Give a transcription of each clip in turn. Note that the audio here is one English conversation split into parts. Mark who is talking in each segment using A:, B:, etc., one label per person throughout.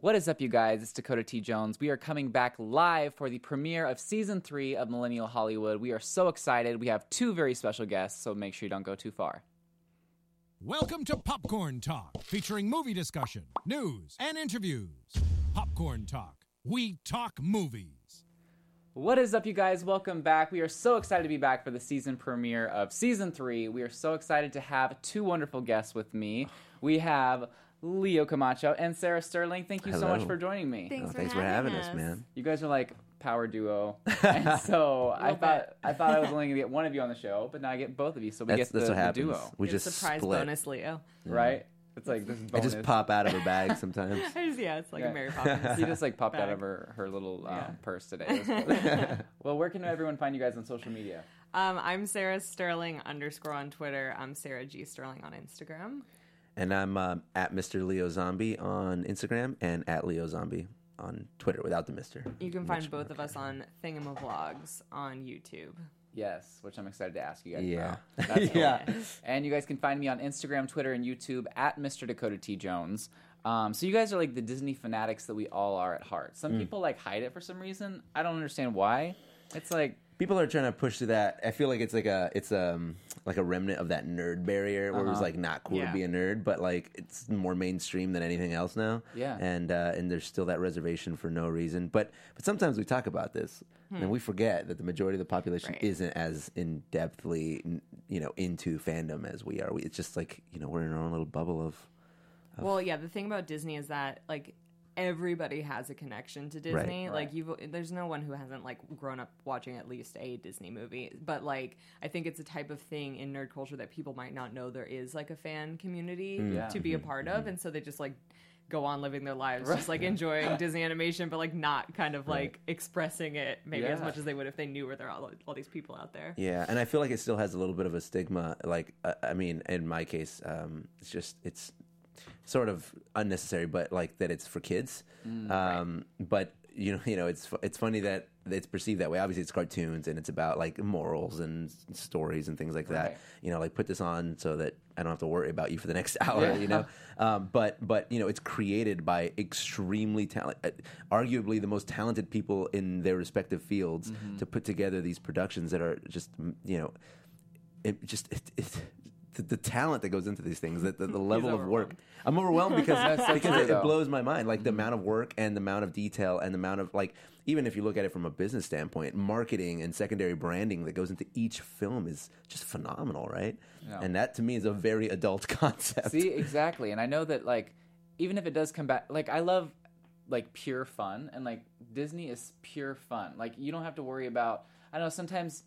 A: What is up, you guys? It's Dakota T. Jones. We are coming back live for the premiere of season three of Millennial Hollywood. We are so excited. We have two very special guests, so make sure you don't go too far.
B: Welcome to Popcorn Talk, featuring movie discussion, news, and interviews. Popcorn Talk, we talk movies.
A: What is up, you guys? Welcome back. We are so excited to be back for the season premiere of season three. We are so excited to have two wonderful guests with me. We have Leo Camacho and Sarah Sterling. Thank you so
C: Hello.
A: much for joining me.
C: Oh,
D: Thanks,
C: thanks for having us, man.
A: You guys are like power duo, and so I
D: Little
A: thought
D: bit.
A: I thought I was only gonna get one of you on the show, but now I get both of you, so we
C: That's,
A: get the,
C: that's what
A: the
C: happens.
A: duo,
C: We
D: Get a
C: just
D: surprise
C: split.
D: bonus, Leo.
A: right? It's like this
C: I
A: bonus.
C: Mm. just pop out of a bag sometimes.
D: I just- yeah, it's like
A: Yeah.
D: a Mary Poppins.
A: She just like popped out
D: Bag.
A: of her, her little um,
D: Yeah.
A: purse today. It was cool. well, where can everyone find you guys on social media?
D: um, I'm Sarah Sterling underscore on Twitter. I'm Sarah G Sterling on Instagram.
C: and I'm um, at Mr. Leo Zombie on Instagram and at Leo Zombie on Twitter without the Mister.
D: You can find both of us on Thingamavlogs on YouTube.
A: Yes, which I'm excited to ask you guys.
C: Yeah,
A: about.
C: yeah.
A: And you guys can find me on Instagram, Twitter, and YouTube at Mr. Dakota T. Jones. Um, so you guys are like the Disney fanatics that we all are at heart. Some
C: Mm.
A: people like hide it for some reason. I don't understand why. It's like
C: People are trying to push through that. I feel like it's like a it's um like a remnant of that nerd barrier where it was like not cool
D: Yeah.
C: to be a nerd, but like it's more mainstream than anything else now.
A: Yeah.
C: and uh, and there's still that reservation for no reason. But but sometimes we talk about this and we forget that the majority of the population
D: Right.
C: isn't as in depthly n- you know into fandom as we are. We, it's just like you know we're in our own little bubble of
D: Well, yeah, the thing about Disney is that like everybody has a connection to Disney.
A: Right.
D: Like you have there's no one who hasn't like grown up watching at least a Disney movie. But like I think it's a type of thing in nerd culture that people might not know there is like a fan community
A: Yeah.
D: to be a part
A: Mm-hmm.
D: of and so they just like go on living their lives just like enjoying Disney animation but like not kind of like expressing it maybe as
A: Yeah.
D: much as they would if they knew where there are all, all these people out there.
C: Yeah, and I feel like it still has a little bit of a stigma. Like, uh, I mean, in my case, um, it's just it's sort of unnecessary, but like that it's for kids.
A: Mm,
C: um, But you know, you know, it's fu- it's funny that it's perceived that way. Obviously, it's cartoons and it's about like morals and s- stories and things like that.
A: Right.
C: You know, like put this on so that I don't have to worry about you for the next hour.
A: Yeah.
C: You know, um, but but you know, it's created by extremely talented, arguably the most talented people in their respective fields
A: Mm-hmm.
C: to put together these productions that are just mm, you know, it just it, it, the, the talent that goes into these things, that the, the level of work. I'm overwhelmed because
A: That's so
C: because
A: true,
C: it,
A: though. Mm-hmm.
C: it blows my mind, like the amount of work and the amount of detail and the amount of like even if you look at it from a business standpoint, marketing and secondary branding that goes into each film is just phenomenal, right? And that to me is a very adult concept.
A: See, exactly. And I know that like even if it does come back like I love like pure fun and like Disney is pure fun. Like you don't have to worry about I know sometimes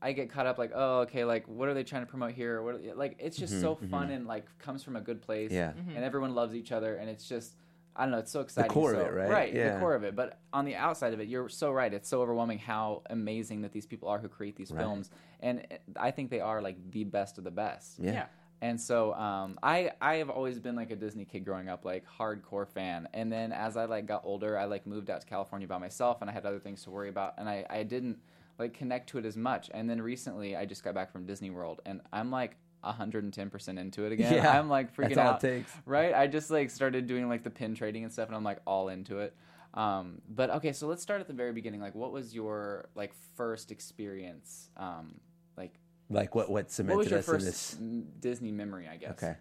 A: I get caught up like, oh, okay, like what are they trying to promote here? What are, like it's just so fun and like comes from a good place.
C: Mm-hmm, Yeah.
A: And everyone loves each other and it's just I don't know, it's so exciting.
C: core of
A: so-
C: it, right?
A: Right, the
C: Yeah.
A: core of it. But on the outside of it, you're so right. It's so overwhelming how amazing that these people are who create these films. And eh, I think they are like the best of the best.
C: Yeah.
A: And so um, I I have always been like a Disney kid growing up, like hardcore fan. And then as I like got older, I like moved out to California by myself, and I had other things to worry about, and I I didn't like connect to it as much. And then recently, I just got back from Disney World, and I'm like 110 percent into it again.
C: Yeah.
A: I'm like freaking
C: That's all it
A: out,
C: takes.
A: right? I just like started doing like the pin trading and stuff, and I'm like all into it. Um, but okay, so let's start at the very beginning. Like, what was your like first experience? Um, like,
C: Like what
A: what
C: what
A: was
C: cemented
A: your
C: us in
A: first
C: this?
A: m- Disney memory? I guess.
C: Okay.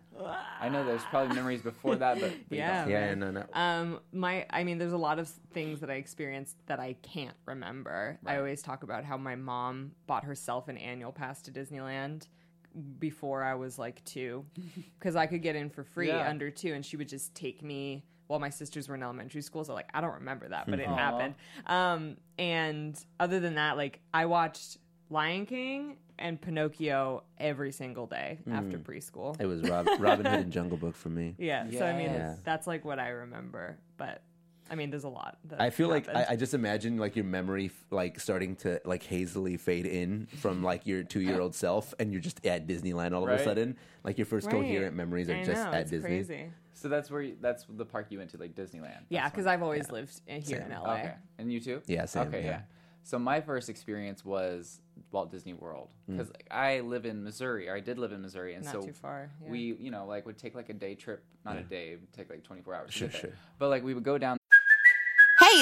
A: I know there's probably memories before that, but, but
D: Yeah.
A: you don't.
C: Yeah, no, no.
D: Um, my, I mean, there's a lot of things that I experienced that I can't remember. I always talk about how my mom bought herself an annual pass to Disneyland before I was like two, because I could get in for free
A: Yeah.
D: under two, and she would just take me while my sisters were in elementary school. So like, I don't remember that, but it happened. Um, and other than that, like, I watched Lion King and Pinocchio every single day after preschool.
C: It was Rob, Robin Hood and Jungle Book for me.
D: Yeah. So I mean,
A: Yes.
D: that's- that's like what I remember, but I mean, there's a lot. That
C: I feel like I,
D: happened.
C: I just imagine like your memory f- like starting to like hazily fade in from like your two year old self, and you're just at Disneyland all of
A: Right.
C: a sudden. Like your first
D: Right.
C: coherent memories are
D: I
C: just
D: know,
C: at
D: it's
C: Disney.
D: Crazy.
A: So that's where you, that's the park you went to, like Disneyland.
D: Yeah,
A: That's
D: because I've always lived in, here
C: Same.
D: in LA.
A: when- okay. And you too?
C: Yeah, same,
A: Okay,
C: yeah.
A: yeah. So my first experience was Walt Disney World
C: Mm.
A: because like, I live in Missouri. Or I did live in Missouri, and
D: Not
A: so
D: too far, yeah.
A: we, you know, like would take like a day trip, not a day, it would take like 24 hours. to
C: Sure,
A: get there.
C: sure.
A: But like we would go down
E: Hey,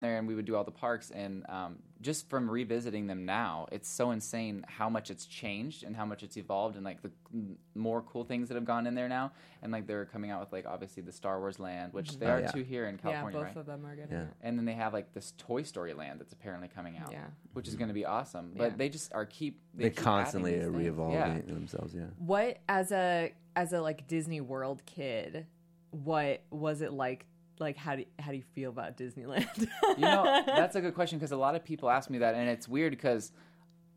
A: there and we would do all the parks and um, just from revisiting them now it's so insane how much it's changed and how much it's evolved and like the m- more cool things that have gone in there now and like they're coming out with like obviously the star wars land which they are
C: Mm-hmm. Oh, yeah.
A: two here in
D: Yeah,
A: california
D: both
A: right
D: of them are getting it.
A: and then they have like this toy story land that's apparently coming out
D: Yeah.
A: which is going to be awesome but they just are keep they
C: They
A: keep adding
C: Mm-hmm. constantly
A: these
C: are
A: things.
C: re-evolving
A: yeah.
C: themselves. Yeah.
D: What as a as a like Disney World kid, what was it like? Like how do how do you feel about Disneyland?
A: you know that's a good question because a lot of people ask me that and it's weird because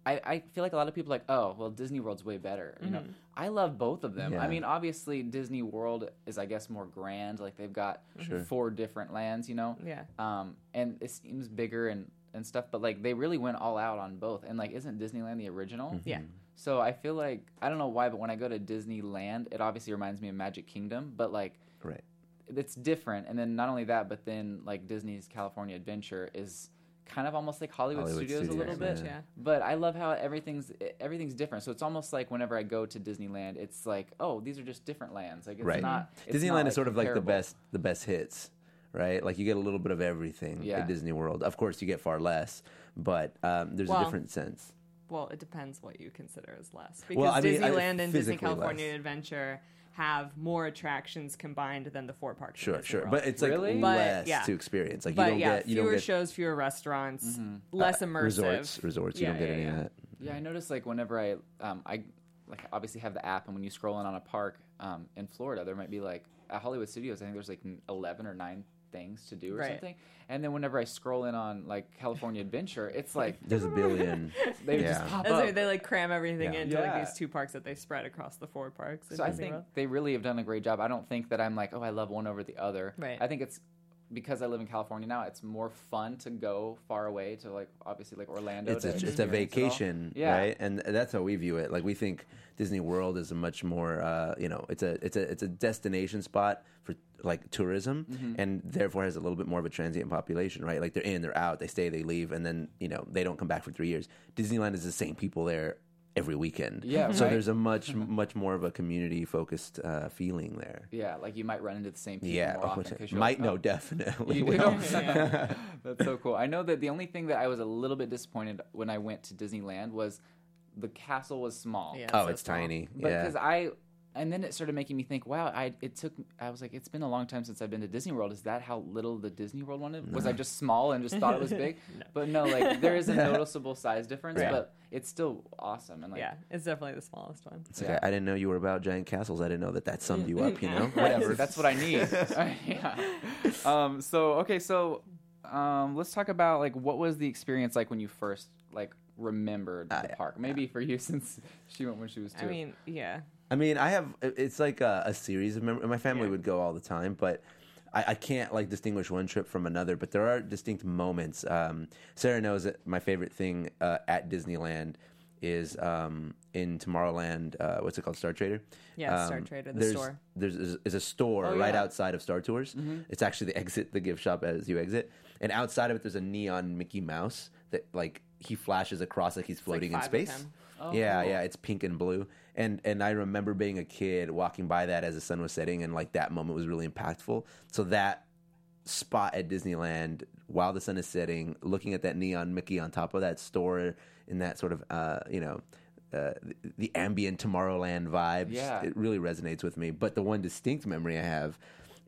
A: I, I feel like a lot of people are like oh well disney world's way better you know i love both of them i
C: Yeah.
A: mean obviously disney world is i guess more grand like they've got four different lands you know
D: Yeah.
C: Hmm.
A: um and it seems bigger and and stuff but like they really went all out on both and like isn't disneyland the original
D: yeah.
A: so i feel like i don't know why but when i go to disneyland it obviously reminds me of magic kingdom but like
C: Right.
A: it's different and then not only that but then like disney's california adventure is kind of almost like hollywood,
C: Hollywood
A: studios, a little
C: Studios,
A: bit
D: yeah.
A: but i love how everything's everything's different so it's almost like whenever i go to disneyland it's like oh these are just different lands like it's
C: right.
A: not it's
C: Disneyland
A: not,
C: is sort of like the
A: comparable.
C: best the best hits, right? Like you get a little bit of everything
A: Yeah.
C: at Disney World. Of course, you get far less, but um, there's
D: Well,
C: a different sense.
D: Well, it depends what you consider as less because
C: Well, I mean, I-
D: Disneyland and Disney
C: physically
D: California
C: less.
D: Adventure have more attractions combined than the four parks. in
C: Sure,
D: Disney
C: sure,
D: World.
C: but it's like
A: Really?
D: But,
C: less
D: yeah.
C: to experience. Like you
D: but
C: don't
D: yeah,
C: get you
D: fewer
C: don't get Mm-hmm. Uh,
D: shows, fewer restaurants, less immersive.
C: resorts. Resorts. You
D: Yeah,
C: don't get
D: yeah,
C: any
D: yeah.
C: of that.
A: Yeah, I noticed like whenever I um I like obviously have the app, and when you scroll in on a park um in Florida, there might be like at Hollywood Studios, I think there's like n- eleven or nine things to do or
D: Right.
A: something. And then whenever I scroll in on like California Adventure, it's like
C: There's a billion.
A: they would just
C: Yeah.
A: pop
D: That's
A: up.
D: right, they like cram everything into
A: Oh. Yeah.
D: like these two parks that they spread across the four parks. in
A: so I
D: Disney
A: think
D: World.
A: they really have done a great job. I don't think that I'm like, oh, I love one over the other.
D: Right.
A: I think it's because I live in California now. It's more fun to go far away to like obviously like Orlando.
C: it's
A: to
C: a, it's a
A: experience it all.
C: vacation,
A: Yeah.
C: right? And that's how we view it. Like we think Disney World is a much more, uh, you know, it's a it's a it's a destination spot for like tourism,
A: Mm-hmm.
C: and therefore has a little bit more of a transient population, right? Like they're in, they're out, they stay, they leave, and then you know they don't come back for three years. Disneyland is the same people there every weekend.
A: Yeah,
C: So
A: right.
C: there's a much much more of a community focused uh, feeling there.
A: Yeah, like you might run into the same people
C: Yeah,
A: more often 'cause you're
C: might
A: like,
C: no,
A: oh,
C: definitely.
A: You
C: will.
A: do? That's so cool. I know that the only thing that I was a little bit disappointed when I went to Disneyland was the castle was small.
D: Yeah.
C: Oh,
D: So
C: it's
D: small.
C: tiny.
A: Because
C: yeah.
A: I and then it started making me think, wow, I it took I was like, it's been a long time since I've been to Disney World. Is that how little the Disney World wanted? Was I just small and just thought it was big? But no, like there is a noticeable size difference,
C: Yeah.
A: but it's still awesome and like
D: yeah, it's definitely the smallest one.
C: It's like, I, I didn't know you were about giant castles. I didn't know that that summed you up, you know?
A: whatever. That's what I need. yeah. Um, so okay, so um, let's talk about like what was the experience like when you first like remembered
C: Uh,
A: the park? Maybe for you since she went when she was two.
D: I mean, yeah,
C: I mean, I have. It's like a, a series of memories. My family would go all the time, but I, I can't like distinguish one trip from another. But there are distinct moments. Um, Sarah knows that my favorite thing uh, at Disneyland is um, in Tomorrowland. Uh, what's it called? Star Trader.
D: Yeah, Star
C: Um,
D: Trader, the
C: there's-
D: store.
C: There's is- is a store
D: Oh,
C: right outside of Star Tours.
D: Mm-hmm.
C: It's actually the exit, the gift shop as you exit, and outside of it, there's a neon Mickey Mouse that like he flashes across like he's floating
D: five of Oh,
C: in space.
D: them.
C: yeah, yeah, it's pink and blue. And and I remember being a kid walking by that as the sun was setting and like that moment was really impactful. So that spot at Disneyland while the sun is setting, looking at that neon Mickey on top of that store in that sort of uh, you know, uh, the, the ambient Tomorrowland vibe. just-
A: Yeah.
C: it really resonates with me. But the one distinct memory I have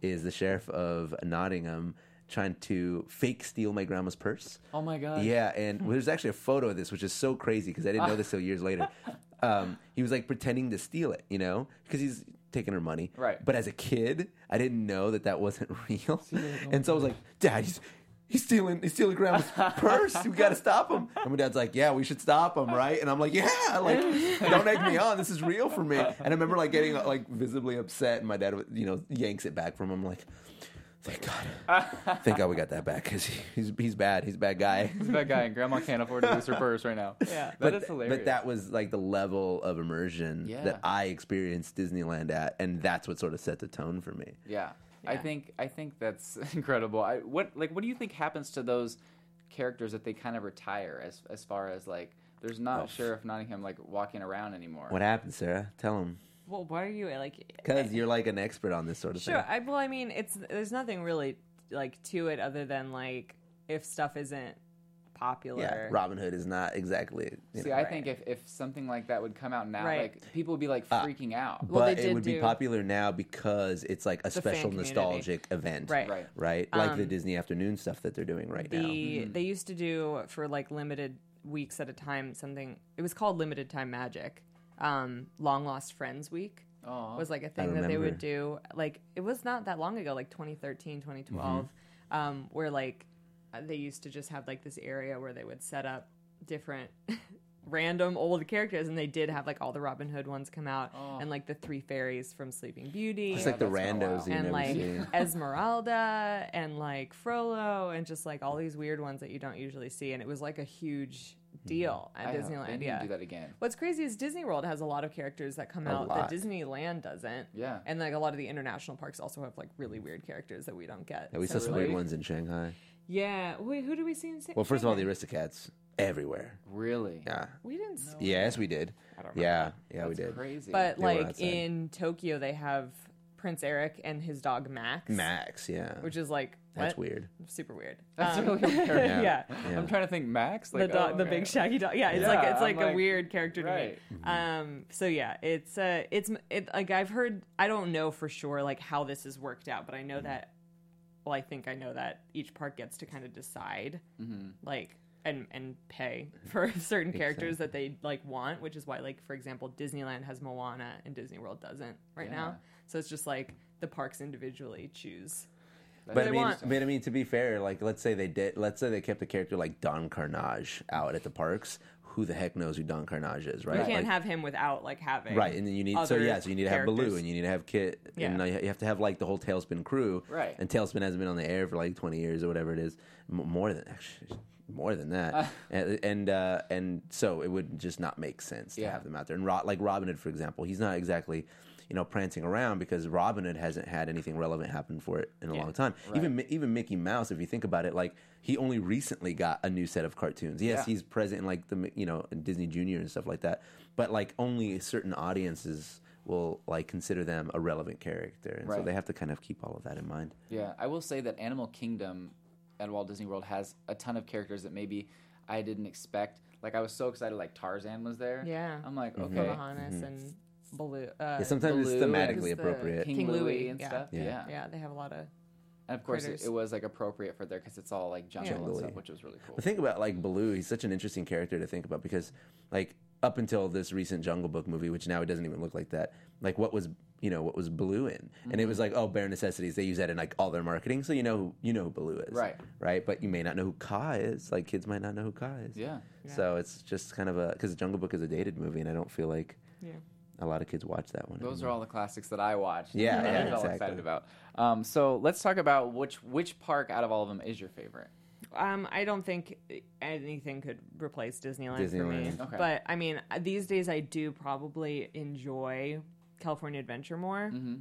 C: is the sheriff of Nottingham trying to fake steal my grandma's purse.
A: oh my god.
C: Yeah, and well, there's actually a photo of this, which is so crazy because I didn't know this till years later. Um, he was like pretending to steal it, you know, because he's taking her money.
A: Right.
C: But as a kid, I didn't know that that wasn't real, and so I was like, "Dad, he's he's stealing he's stealing grandma's purse. We gotta stop him. And my dad's like, yeah, we should stop him, right? And I'm like, yeah, like don't egg me on. This is real for me. And I remember like getting like visibly upset, and my dad, you know, yanks it back from him. like, thank God, thank God we got that back because he's he's bad. He's a bad guy.
A: that guy and grandma can't afford to lose her purse right now. Yeah.
C: But,
A: that is hilarious.
C: but that was like the level of immersion
A: Yeah.
C: that I experienced Disneyland at, and that's what sort of set the tone for me.
A: Yeah. I think I think that's incredible. I what like what do you think happens to those characters that they kind of retire as as far as like there's not Sheriff Nottingham like walking around anymore.
C: What happened, Sarah? Tell him
D: Well, why are you like?
C: because you're like an expert on this sort of
D: Sure.
C: thing.
D: I, well, I mean, it's there's nothing really like to it other than like if stuff isn't popular.
C: Yeah, Robin Hood is not exactly. You
A: See,
C: know,
A: I think if, if something like that would come out now,
D: Right.
A: like people would be like freaking out.
D: Well, they
C: but it
D: did
C: would be
D: do-
C: popular now because it's like a
D: fan
C: special
D: community.
C: nostalgic event,
D: Right. Um,
A: Right.
C: Right, like the Disney afternoon stuff that they're doing right
D: The
C: now. Mm-hmm.
D: they used to do for like limited weeks at a time something. It was called limited time magic. Um, long lost friends week was like a thing that they
C: remember.
D: would do. Like it was not that long ago, like 2013, 2012,
C: Mm-hmm.
D: um, where like uh, they used to just have like this area where they would set up different. random old characters and they did have like all the robin hood ones come out and like the three fairies from sleeping beauty
C: It's like the
A: that's been a
C: randos
A: while.
C: you
D: and
C: never
D: like
C: seen.
D: Esmeralda and like Frollo and just like all these weird ones that you don't usually see. And it was like a huge
C: Mm-hmm.
D: deal at
A: I know.
D: Disneyland.
A: They need to
D: yeah.
A: do that again.
D: What's crazy is Disney World has a lot of characters that come out
C: lot.
D: that Disneyland doesn't.
A: Yeah.
D: And like a lot of the international parks also have like really weird characters that we don't get.
C: Yeah, we saw
D: So-
C: some weird ones in Shanghai.
D: yeah. Wait, who do we see in Sa-
C: Well, first of all, the
D: Shanghai?
C: Aristocats everywhere.
A: Really?
C: Yeah.
D: we didn't see
C: Yes, we did. yeah, yeah, we did.
A: Crazy.
D: But
C: were
D: like
C: outside.
D: in Tokyo, they have Prince Eric and his dog Max.
C: Max, yeah,
D: Which is like
C: that's
D: what?
C: weird.
D: Super weird.
A: that's
D: Um,
A: really weird.
D: yeah.
A: I'm trying to think Max, like
D: the dog,
A: oh,
D: the
A: okay.
D: big shaggy dog. Yeah, it's like
A: Yeah,
D: it's
A: I'm
D: like,
A: like-
D: a weird character to
A: right.
C: Mm-hmm.
D: me. Um, so yeah, it's uh, it's it, like I've heard. I don't know for sure like how this is worked out, but I
C: Mm-hmm.
D: know that. Well, I think I know that each park gets to kind of decide,
C: Mm-hmm.
D: like and and pay for certain characters that they like want, which is why like for example Disneyland has Moana and Disney World doesn't right now. So it's just like the parks individually choose.
C: But I
D: they
C: mean,
D: want.
C: but I mean, to be fair, like let's say they did, let's say they kept a character like Don Carnage out at the parks. Who the heck knows who Don Carnage is, right?
D: You can't
C: Like-
D: have him without like having
C: right, and then you need so
D: other
C: yeah, so you need to have
D: characters.
C: Baloo, and you need to have Kit,
D: Yeah.
C: and now you you have to have like the whole Tailspin crew,
A: Right.
C: And Tailspin hasn't been on the air for like twenty years or whatever it is, M- more than actually more than that, and and, uh, and so it would just not make sense to
A: Yeah.
C: have them out there. And Ro- like Robin Hood, for example, he's not exactly. You know, prancing around because Robin Hood hasn't had anything relevant happen for it in a long time. Even Mi- even Mickey Mouse, if you think about it, like he only recently got a new set of cartoons. Yes,
A: Yeah.
C: he's present in like the you know Disney Junior and stuff like that. But like only certain audiences will like consider them a relevant character, and so
A: Right.
C: they have to kind of keep all of that in mind.
A: Yeah,
D: Mm-hmm.
A: I will say that Animal Kingdom at Walt Disney World has a ton of characters that maybe I didn't expect. Like I was so excited, like Tarzan was there.
D: Yeah. Mm-hmm.
A: I'm like, okay,
D: Pocahontas and Baloo. Uh,
C: Mm-hmm. Yeah, sometimes it's
A: Baloo
C: thematically
D: is the-
C: appropriate.
A: King,
D: King
A: Louis,
D: Louis,
A: and
D: yeah.
A: stuff. Yeah.
D: yeah, they have a lot of.
A: And of course, it,
D: Critters.
A: it was like appropriate for there because it's all like jungle and
C: Jungly.
A: stuff, which was really cool.
C: But think about like Baloo. He's such an interesting character to think about because like up until this recent Jungle Book movie, which now it doesn't even look like that. Like what was you know what was Baloo in? And it was
A: Mm-hmm.
C: like oh bare necessities. They use that in like all their marketing, so you know who- you know who Baloo is,
A: Right.
C: Right. But you may not know who Ka is. Like kids might not know who Ka is.
A: Yeah.
C: So it's just kind of a because Jungle Book is a dated movie, and I don't feel like
D: Yeah.
C: a lot of kids watch that one.
A: Those are all the classics that I watched.
C: Yeah,
A: that
C: yeah,
A: I felt
C: exactly.
A: excited about. Um, so let's talk about which which park out of all of them is your favorite.
D: Um, I don't think anything could replace Disneyland,
C: Disneyland.
D: for me.
A: Okay.
D: But I mean, these days I do probably enjoy California Adventure more.
A: Mm-hmm.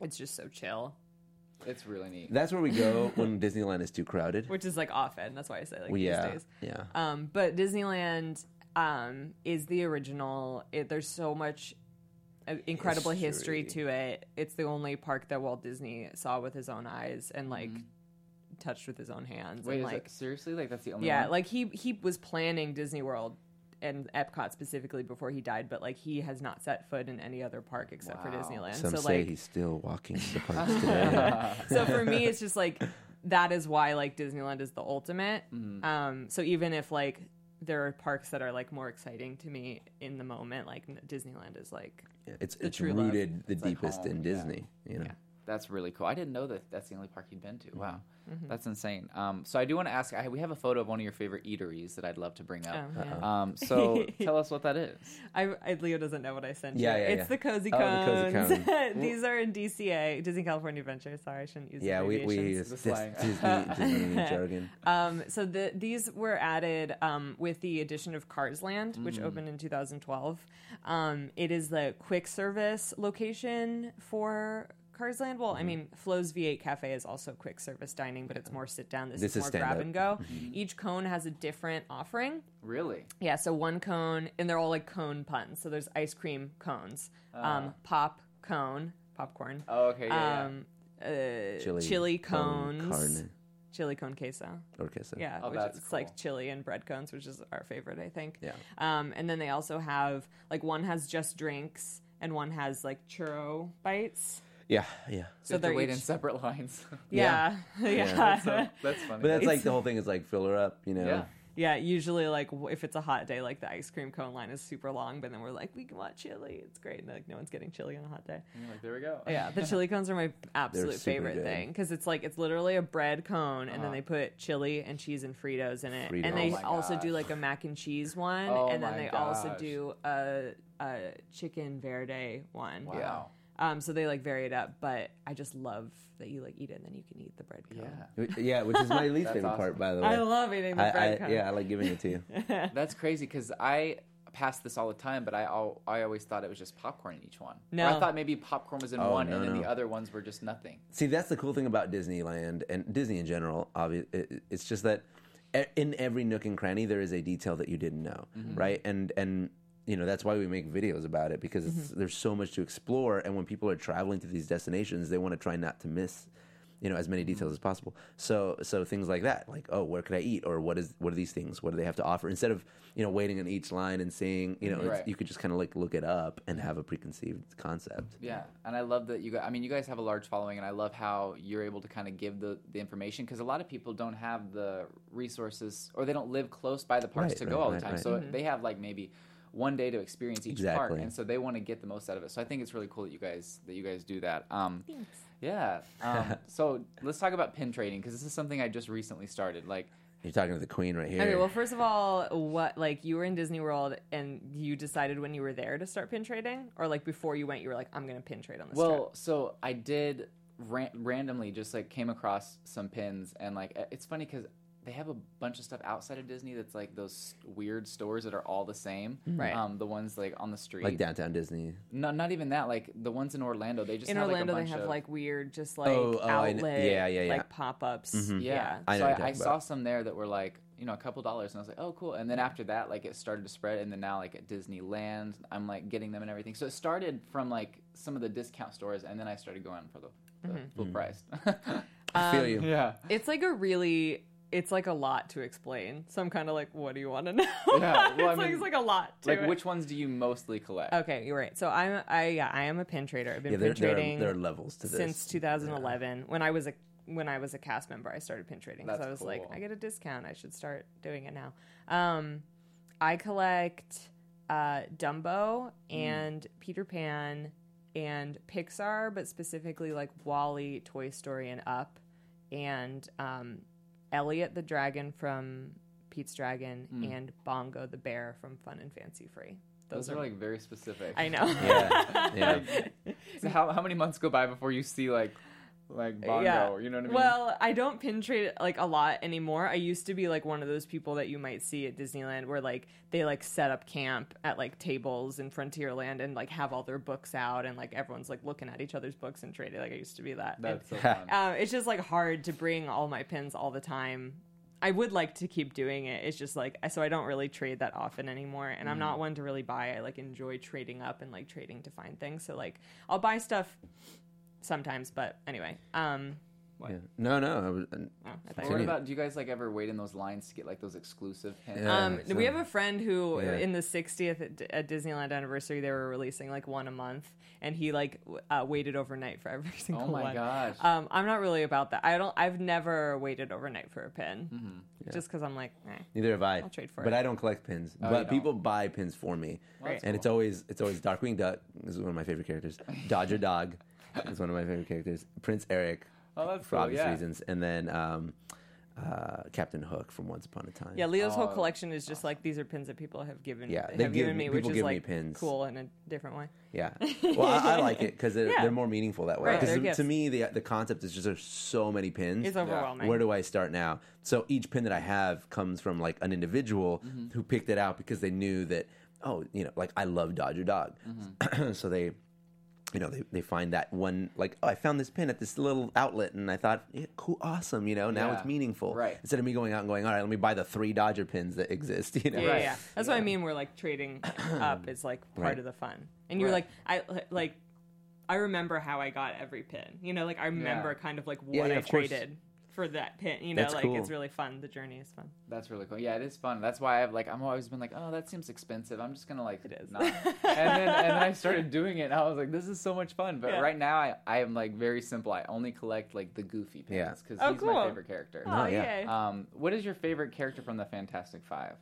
D: It's just so chill,
A: It's really neat.
C: That's where we go when Disneyland is too crowded.
D: which is like often. That's why I say like
C: Well, yeah,
D: these days.
C: yeah.
D: Um, but Disneyland um, is the original. It, there's so much uh, incredible history. to it. It's the only park that Walt Disney saw with his own eyes and like touched with his own hands.
A: Mm-hmm. Wait,
D: and,
A: is
D: like,
A: that seriously like that's the only
D: yeah,
A: one?
D: like he he was planning Disney World and Epcot specifically before he died, but like he has not set foot in any other park except for Disneyland.
C: Some
D: so
C: say
D: like
C: he's still walking the parks today.
D: so for me it's just like that is why like Disneyland is the ultimate.
C: Mm-hmm.
D: Um so even if like there are parks that are like more exciting to me in the moment, like n- Disneyland is like
C: Yeah, it's it's
D: true love.
C: rooted the deepest in Disney. You know,
A: That's really cool. I didn't know that that's the only park you'd been to. Wow.
D: Mm-hmm.
A: That's insane. Um, so I do want to ask I, we have a photo of one of your favorite eateries that I'd love to bring up.
D: Oh, yeah.
A: Um, so tell us what that is.
D: I, I Leo doesn't know what I sent
C: Yeah,
D: you.
C: yeah,
D: it's
C: yeah.
D: the cozy
C: Oh,
D: cones.
C: the Cozy
D: These are in DCA, Disney California Adventure. Sorry, I shouldn't use.
C: Yeah, we we
D: abbreviations.
C: use
A: The
C: this
A: slang.
C: Disney, Disney jargon.
D: Um, so the, these were added um, with the addition of Cars Land, which opened in 2012. Um, it is the quick service location for Cars Land. Well, I mean, Flo's V8 Cafe is also quick service dining, but it's more sit down. This,
C: This
D: is
C: is
D: more grab
C: stand-up.
D: and go. Each cone has a different offering.
A: Really?
D: Yeah, so one cone, and they're all like cone puns. So there's ice cream cones, um, pop cone, popcorn,
A: Oh, okay. Yeah.
D: um, uh,
C: Chili,
D: chili,
C: con
D: cones,
C: carne,
D: chili con queso.
C: or queso.
D: Yeah,
A: Oh,
D: which
A: that's
D: is like
A: cool.
D: chili and bread cones, which is our favorite, I think.
C: Yeah.
D: Um, and then they also have like one has just drinks and one has like churro bites.
C: yeah, yeah.
A: so
D: So
A: they
D: they're
A: wait
D: each-
A: in separate lines.
D: Yeah, yeah, yeah.
A: so that's funny.
C: But that's like the whole thing is like fill her up, you know.
A: yeah.
D: usually, like w- if it's a hot day, like the ice cream cone line is super long, but then we're like, we want chili. It's great, and like no one's getting chili on a hot day.
A: You're like, there we go.
D: Yeah, the chili cones are my absolute
C: super
D: favorite
C: good. Uh-huh.
D: thing because it's like it's literally a bread cone, and then they put chili and cheese and Fritos in it,
C: Fritos.
D: and they
A: my
C: Oh
D: also do
A: gosh.
D: like a mac and cheese one,
A: Oh
D: and then
A: my
D: they also
A: gosh.
D: do a, a chicken verde one.
A: Wow.
D: Um, so they like vary it up, but I just love that you like eat it and then you can eat the bread cone.
A: Yeah.
C: yeah, which is my least
A: That's
C: favorite part,
A: awesome.
C: by the way.
D: I love eating the
C: I-
D: bread
C: I-
D: cone.
C: yeah, I like giving it to you.
A: That's crazy because I pass this all the time, but I al- I always thought it was just popcorn in each one. Or I
D: No.
A: thought maybe popcorn was in one,
C: Oh, no,
A: and then the
C: no.
A: other ones were just nothing.
C: See, that's the cool thing about Disneyland and Disney in general. Obviously, it's just that e- in every nook and cranny there is a detail that you didn't know, right? And and you know that's why we make videos about it because it's, there's so much to explore. And when people are traveling to these destinations, they want to try not to miss. You know, as many details as possible. So, so things like that, like, oh, where could I eat, or what is, what are these things? What do they have to offer? Instead of, you know, waiting on each line and seeing, you know, it's-
A: Right.
C: you could just kind of like look it up and have a preconceived concept.
A: Yeah, and I love that you guys. I mean, you guys have a large following, and I love how you're able to kind of give the, the information because a lot of people don't have the resources or they don't live close by the parks
C: Right,
A: to
C: right,
A: go all
C: right,
A: the time.
C: right.
A: So they have like maybe one day to experience each park,
C: Exactly.
A: and so they want to get the most out of it. So I think it's really cool that you guys that you guys do that. Um, Thanks. Yeah. Um, so let's talk about pin trading because this is something I just recently started. Like,
C: You're talking to the queen right here.
D: Okay, well, first of all, what like you were in Disney World and you decided when you were there to start pin trading, or like before you went, you were like, I'm gonna pin trade on this trip.
A: Well, so I did ran- randomly just like came across some pins and like uh, it's funny because they have a bunch of stuff outside of Disney that's like those weird stores that are all the same.
D: Right.
A: Um, the ones like on the street.
C: Mm-hmm. like downtown Disney.
A: No, not even that. Like the ones in Orlando. They just
D: in
A: have,
D: Orlando,
A: like, a
D: they
A: bunch
D: have
A: of-
D: like weird, just like
C: Oh, oh, I kn-
D: outlet,
C: yeah, yeah, yeah.
D: like pop ups.
A: Mm-hmm. Yeah.
D: Yeah.
C: I know
A: so
C: what you're
A: I, I
C: talking
A: saw
C: about.
A: some there that were like, you know, a couple dollars, and I was like, oh, cool. And then after that, like, it started to spread, and then now, like, at Disneyland, I'm like getting them and everything. So it started from like some of the discount stores, and then I started going for the, the
D: Mm-hmm.
A: full
C: Mm.
A: price.
C: I
D: Um,
C: feel you.
A: yeah.
D: It's like a really, it's like a lot to explain. So I'm kind of like, what do you want to know?
A: Yeah, well, I
D: it's, like,
A: mean,
D: it's like a lot. To
A: Like,
D: it.
A: which ones do you mostly collect?
D: Okay, you're right. So I'm, I yeah, I am a pin trader. I've been
C: Yeah, there,
D: pin
C: there,
D: trading
C: are, there are levels to this.
D: since 2011 when I was a when I was a cast member I started pin trading because
A: That's
D: I was like
A: cool.
D: I get a discount I should start doing it now. Um, I collect uh, Dumbo
C: Hmm.
D: and Peter Pan and Pixar, but specifically like Wally, Toy Story, and Up, and um, Elliot the Dragon from Pete's Dragon
C: Hmm.
D: and Bongo the Bear from Fun and Fancy Free.
A: Those are like very specific.
D: I know.
C: yeah, yeah.
A: So how how many months go by before you see like like Bongo? You know what I mean?
D: Well, I don't pin trade like a lot anymore. I used to be like one of those people that you might see at Disneyland where like they like set up camp at like tables in Frontierland and like have all their books out and like everyone's like looking at each other's books and trading. Like I used to be that.
A: that's so
D: and,
A: fun.
D: um, it's just like hard to bring all my pins all the time. I would like to keep doing it. It's just like I- so I don't really trade that often anymore, and I'm not one to really buy. I like enjoy trading up and like trading to find things. So like I'll buy stuff sometimes, but anyway. Um,
C: Yeah. No, no. I was, uh,
A: Or
D: Oh, I thought you
A: what
D: were-
C: Continue.
A: about do you guys like ever wait in those lines to get like those exclusive pins?
C: Yeah,
D: um,
C: so-
D: we have a friend who,
C: Yeah.
D: in the 60th at, D- at Disneyland anniversary, they were releasing like one a month, and he like w- uh, waited overnight for every single
A: oh
D: one.
A: my gosh.
D: Um, I'm not really about that. I don't. I've never waited overnight for a pin, just because I'm like, eh.
C: neither have I.
D: I'll trade for
C: but
D: it.
C: I don't collect pins.
A: Oh, don't.
C: but people buy pins for me,
A: that's
C: and it's always it's always Darkwing Duck. This is one of my favorite characters. Dodger Dog. is one of my favorite characters. Prince Eric
A: Oh, that's
C: for
A: cool,
C: obvious
A: yeah.
C: reasons, and then um, uh, Captain Hook from Once Upon a Time.
D: Yeah, Leo's whole
A: Oh,
D: collection is just like these are pins that people have given.
C: Uh, Yeah,
D: have
C: they've given-
D: given, me, which
C: people
D: is
C: give me
D: like
C: pins.
D: cool in a different way.
C: Yeah. Well, I, I like it because they're,
D: Yeah.
C: they're more meaningful that way.
D: Right,
C: Because
D: they're gifts.
C: to me, the the concept is just there's so many pins.
D: It's overwhelming.
C: Where do I start now? So each pin that I have comes from like an individual who picked it out because they knew that oh you know like I love Dodger Dog, so they. You know, they, they find that one like, oh, I found this pin at this little outlet, and I thought, yeah, cool, awesome. You know, now
A: Yeah.
C: it's meaningful.
A: Right.
C: Instead of me going out and going, all right, let me buy the three Dodger pins that exist. You know,
D: Yeah, yeah, yeah. That's what I mean. We're like trading up is like part
C: Right.
D: of the fun. And you're
A: Right.
D: like, I like, I remember how I got every pin. You know, like I remember kind of like what
C: yeah,
D: I
C: of course.
D: traded for that pin. You know,
C: That's
D: like
C: cool.
D: it's really fun. The journey is fun.
A: That's really cool. Yeah, it is fun. That's why I've like I'm always been like, oh, that seems expensive. I'm just gonna like not. And then and then I started doing it, and I was like, this is so much fun. But
D: Yeah.
A: right now, I I am like very simple. I only collect like the goofy
C: Yeah.
A: pins because
D: Oh,
A: he's
D: cool.
A: my favorite character.
D: Oh,
C: yeah.
D: yay.
A: Um, what is your favorite character from the Fantastic Five?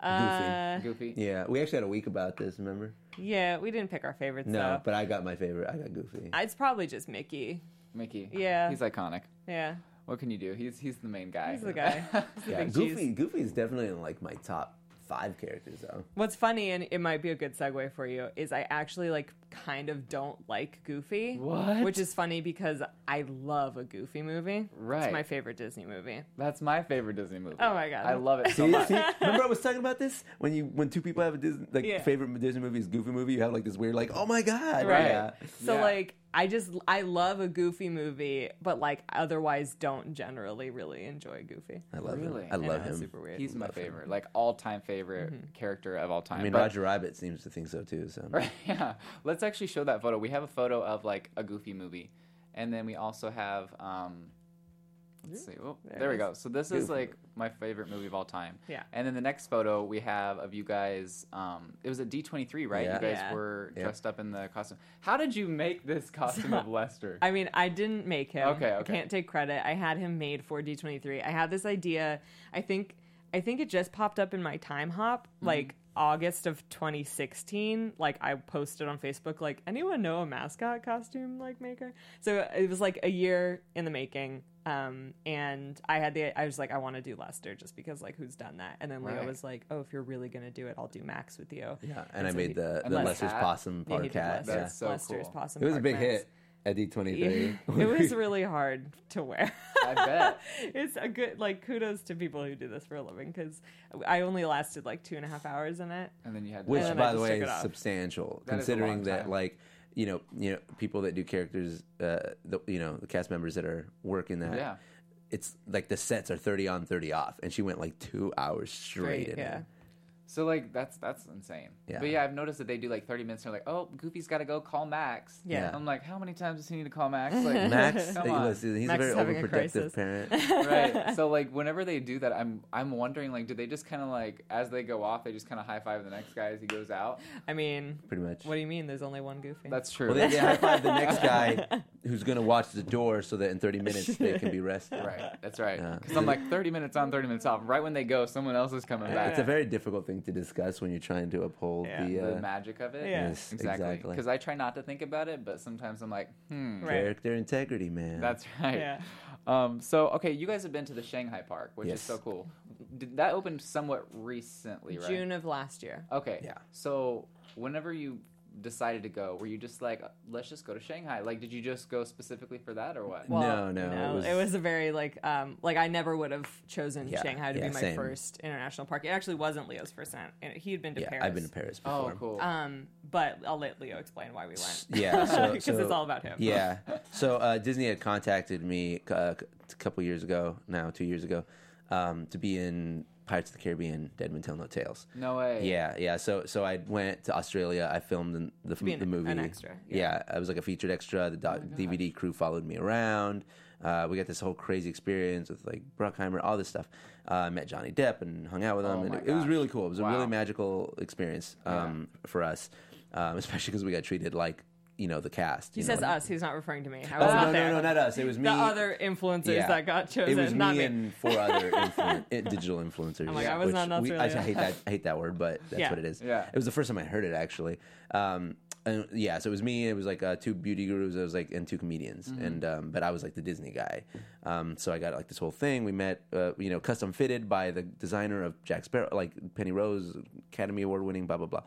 D: Uh,
A: Goofy.
C: yeah. We actually had a week about this. Remember?
D: yeah, we didn't pick our favorites
C: No,
D: though.
C: but I got my favorite. I got Goofy.
D: it's probably just Mickey.
A: Mickey.
D: Yeah.
A: He's iconic.
D: Yeah,
A: What can you do? He's he's the main guy.
D: he's the guy. He's the
C: yeah,
D: big
C: Goofy.
D: cheese.
C: Goofy is definitely in like my top five characters, though.
D: What's funny, and it might be a good segue for you, is I actually like kind of don't like Goofy.
A: What?
D: Which is funny because I love a Goofy movie.
A: Right.
D: It's my favorite Disney movie.
A: That's my favorite Disney movie.
D: Oh my God.
A: I love it so
C: See,
A: much.
C: see, remember I was talking about this when you when two people have a Disney like
D: Yeah.
C: favorite Disney movie is Goofy movie. You have like this weird like oh my god,
D: Right.
C: yeah.
D: So
A: Yeah.
D: like I just I love a Goofy movie, but like otherwise don't generally really enjoy Goofy.
C: I love
A: Really?
C: him. I
A: I
C: love
D: know, it's
C: him.
D: super weird.
A: He's my favorite, like all time favorite
D: Mm-hmm.
A: character of all time.
C: I mean,
A: But-
C: Roger Rabbit seems to think so too. So
A: yeah, let's actually show that photo. We have a photo of like a Goofy movie, and then we also have. Um, let's see. Oh, there, we go. So this is like my favorite movie of all time.
D: Yeah.
A: And then the next photo we have of you guys. Um, it was at D twenty three, right?
C: Yeah.
A: You guys
D: Yeah.
A: were
C: Yeah.
A: dressed up in the costume. How did you make this costume of Lester?
D: I mean, I didn't make him.
A: Okay,
D: I
A: okay.
D: can't take credit. I had him made for D23. I had this idea. I think I think it just popped up in my time hop
A: Mm-hmm.
D: like August of 2016. Like I posted on Facebook like anyone know a mascot costume like maker? So it was like a year in the making. Um and I had the I was like I want to do Lester just because like who's done that? And then Leo
A: Right.
D: was like, "Oh, if you're really going to do it, I'll do Max with you."
C: yeah, and I
D: so he-
C: made the
A: and
C: the
A: that
C: Lester's
A: cat.
C: possum
D: Yeah, he
C: park
D: did
C: cat.
D: Lester,
C: Yeah.
A: That's so
D: Lester's
A: cool.
D: Possum
C: It was a
D: Park
C: big
D: Max.
C: hit at D twenty
D: Yeah.
C: three.
D: it was really hard to wear.
A: I bet.
D: it's a good like kudos to people who do this for a living because I only lasted like two and a half hours in it.
A: And then you had
C: Which,
D: And then I
C: by the
D: just
C: way,
D: took
C: is
D: it off.
C: substantial,
A: That is a
C: considering
A: long
C: that,
A: time.
C: like, you know, you know, people that do characters, uh, the, you know, the cast members that are working that,
A: Yeah.
C: it's like the sets are thirty on, thirty off, and she went like two hours straight. in it.
D: yeah.
A: So like that's that's insane.
C: Yeah.
A: But yeah, I've noticed that they do like 30 minutes and they're like, "Oh, Goofy's got to go call Max."
D: Yeah.
A: I'm like, "How many times does he need to call Max?" Like
C: Max,
A: come
C: he
A: on.
C: was- he's
D: Max
C: a
D: is
C: very
D: having a
C: overprotective
D: crisis.
C: parent.
A: right. So like whenever they do that, I'm I'm wondering like do they just kind of like as they go off, they just kind of high five the next guy as he goes out?
D: I mean,
C: Pretty much.
D: what do you mean? There's only one Goofy.
A: That's true.
C: Well, they, they high five the next guy who's going to watch the door so that in thirty minutes they can be rested.
A: right. That's right. Because I'm like 30 minutes on, 30 minutes off. Right when they go, someone else is coming back.
C: It's a very difficult thing to discuss when you're trying to uphold
D: Yeah.
C: the,
A: the
C: uh,
A: magic of it.
D: Yeah.
C: Yes,
A: Exactly.
C: exactly.
A: Because I try not to think about it, but sometimes I'm like, hmm.
D: right.
C: character integrity, man.
A: That's right.
D: Yeah.
A: Um, so okay, you guys have been to the Shanghai Park, which
C: Yes.
A: is so cool. Did, that opened somewhat recently, right?
D: June of last year.
A: Okay.
C: Yeah.
A: So whenever you decided to go, were you just like, uh, let's just go to Shanghai? Like, did you just go specifically for that or what?
C: No, no, it was-
D: a very like um like I never would have chosen
C: Yeah,
D: Shanghai to
C: yeah,
D: be my
C: same.
D: first international park. It actually wasn't Leo's first, time. and he had been to
C: yeah,
D: Paris.
C: I've been to Paris before.
A: oh, cool.
D: Um, but I'll let Leo explain why we went.
C: Yeah, so,
D: 'Cause
C: so-
D: it's all about him.
C: Yeah, so uh, Disney had contacted me uh, a couple years ago, now two years ago, um, to be in Pirates of the Caribbean: Dead Men Tell No Tales.
A: no way.
C: Yeah, yeah. So, so I went to Australia. I filmed in the,
D: be
C: the,
D: an-
C: the movie.
D: an extra,
C: Yeah.
D: yeah.
C: I was like a featured extra. The
A: Oh
C: doc, DVD crew followed me around. Uh, we got this whole crazy experience with like Bruckheimer, all this stuff. Uh, I met Johnny Depp and hung out with him, and
A: Oh my
C: it, it was
A: gosh.
C: really cool. It was a really
A: Wow.
C: magical experience um, for us, um, especially because we got treated like you know the cast.
D: He
C: you
D: says
C: know?
D: us. He's not referring to me. I
C: Oh
D: was not
C: no,
D: there.
C: no, no, not us. It was me.
D: the other influencers
C: Yeah.
D: that got chosen.
C: It was
D: not
C: me,
D: me.
C: and four other influ- i- digital influencers.
D: I'm like, I was
C: which
D: not nuts
C: we- I,
D: earlier.
C: hate that. I hate that word, but that's
D: Yeah.
C: what it is.
A: Yeah.
C: It was the first time I heard it actually. Um, and yeah, so it was me. It was like uh, two beauty gurus. I was like, and two comedians. And um, but I was like the Disney guy. Um, so I got like this whole thing. We met, uh, you know, custom fitted by the designer of Jack Sparrow, like Penny Rose, Academy Award winning, blah blah blah.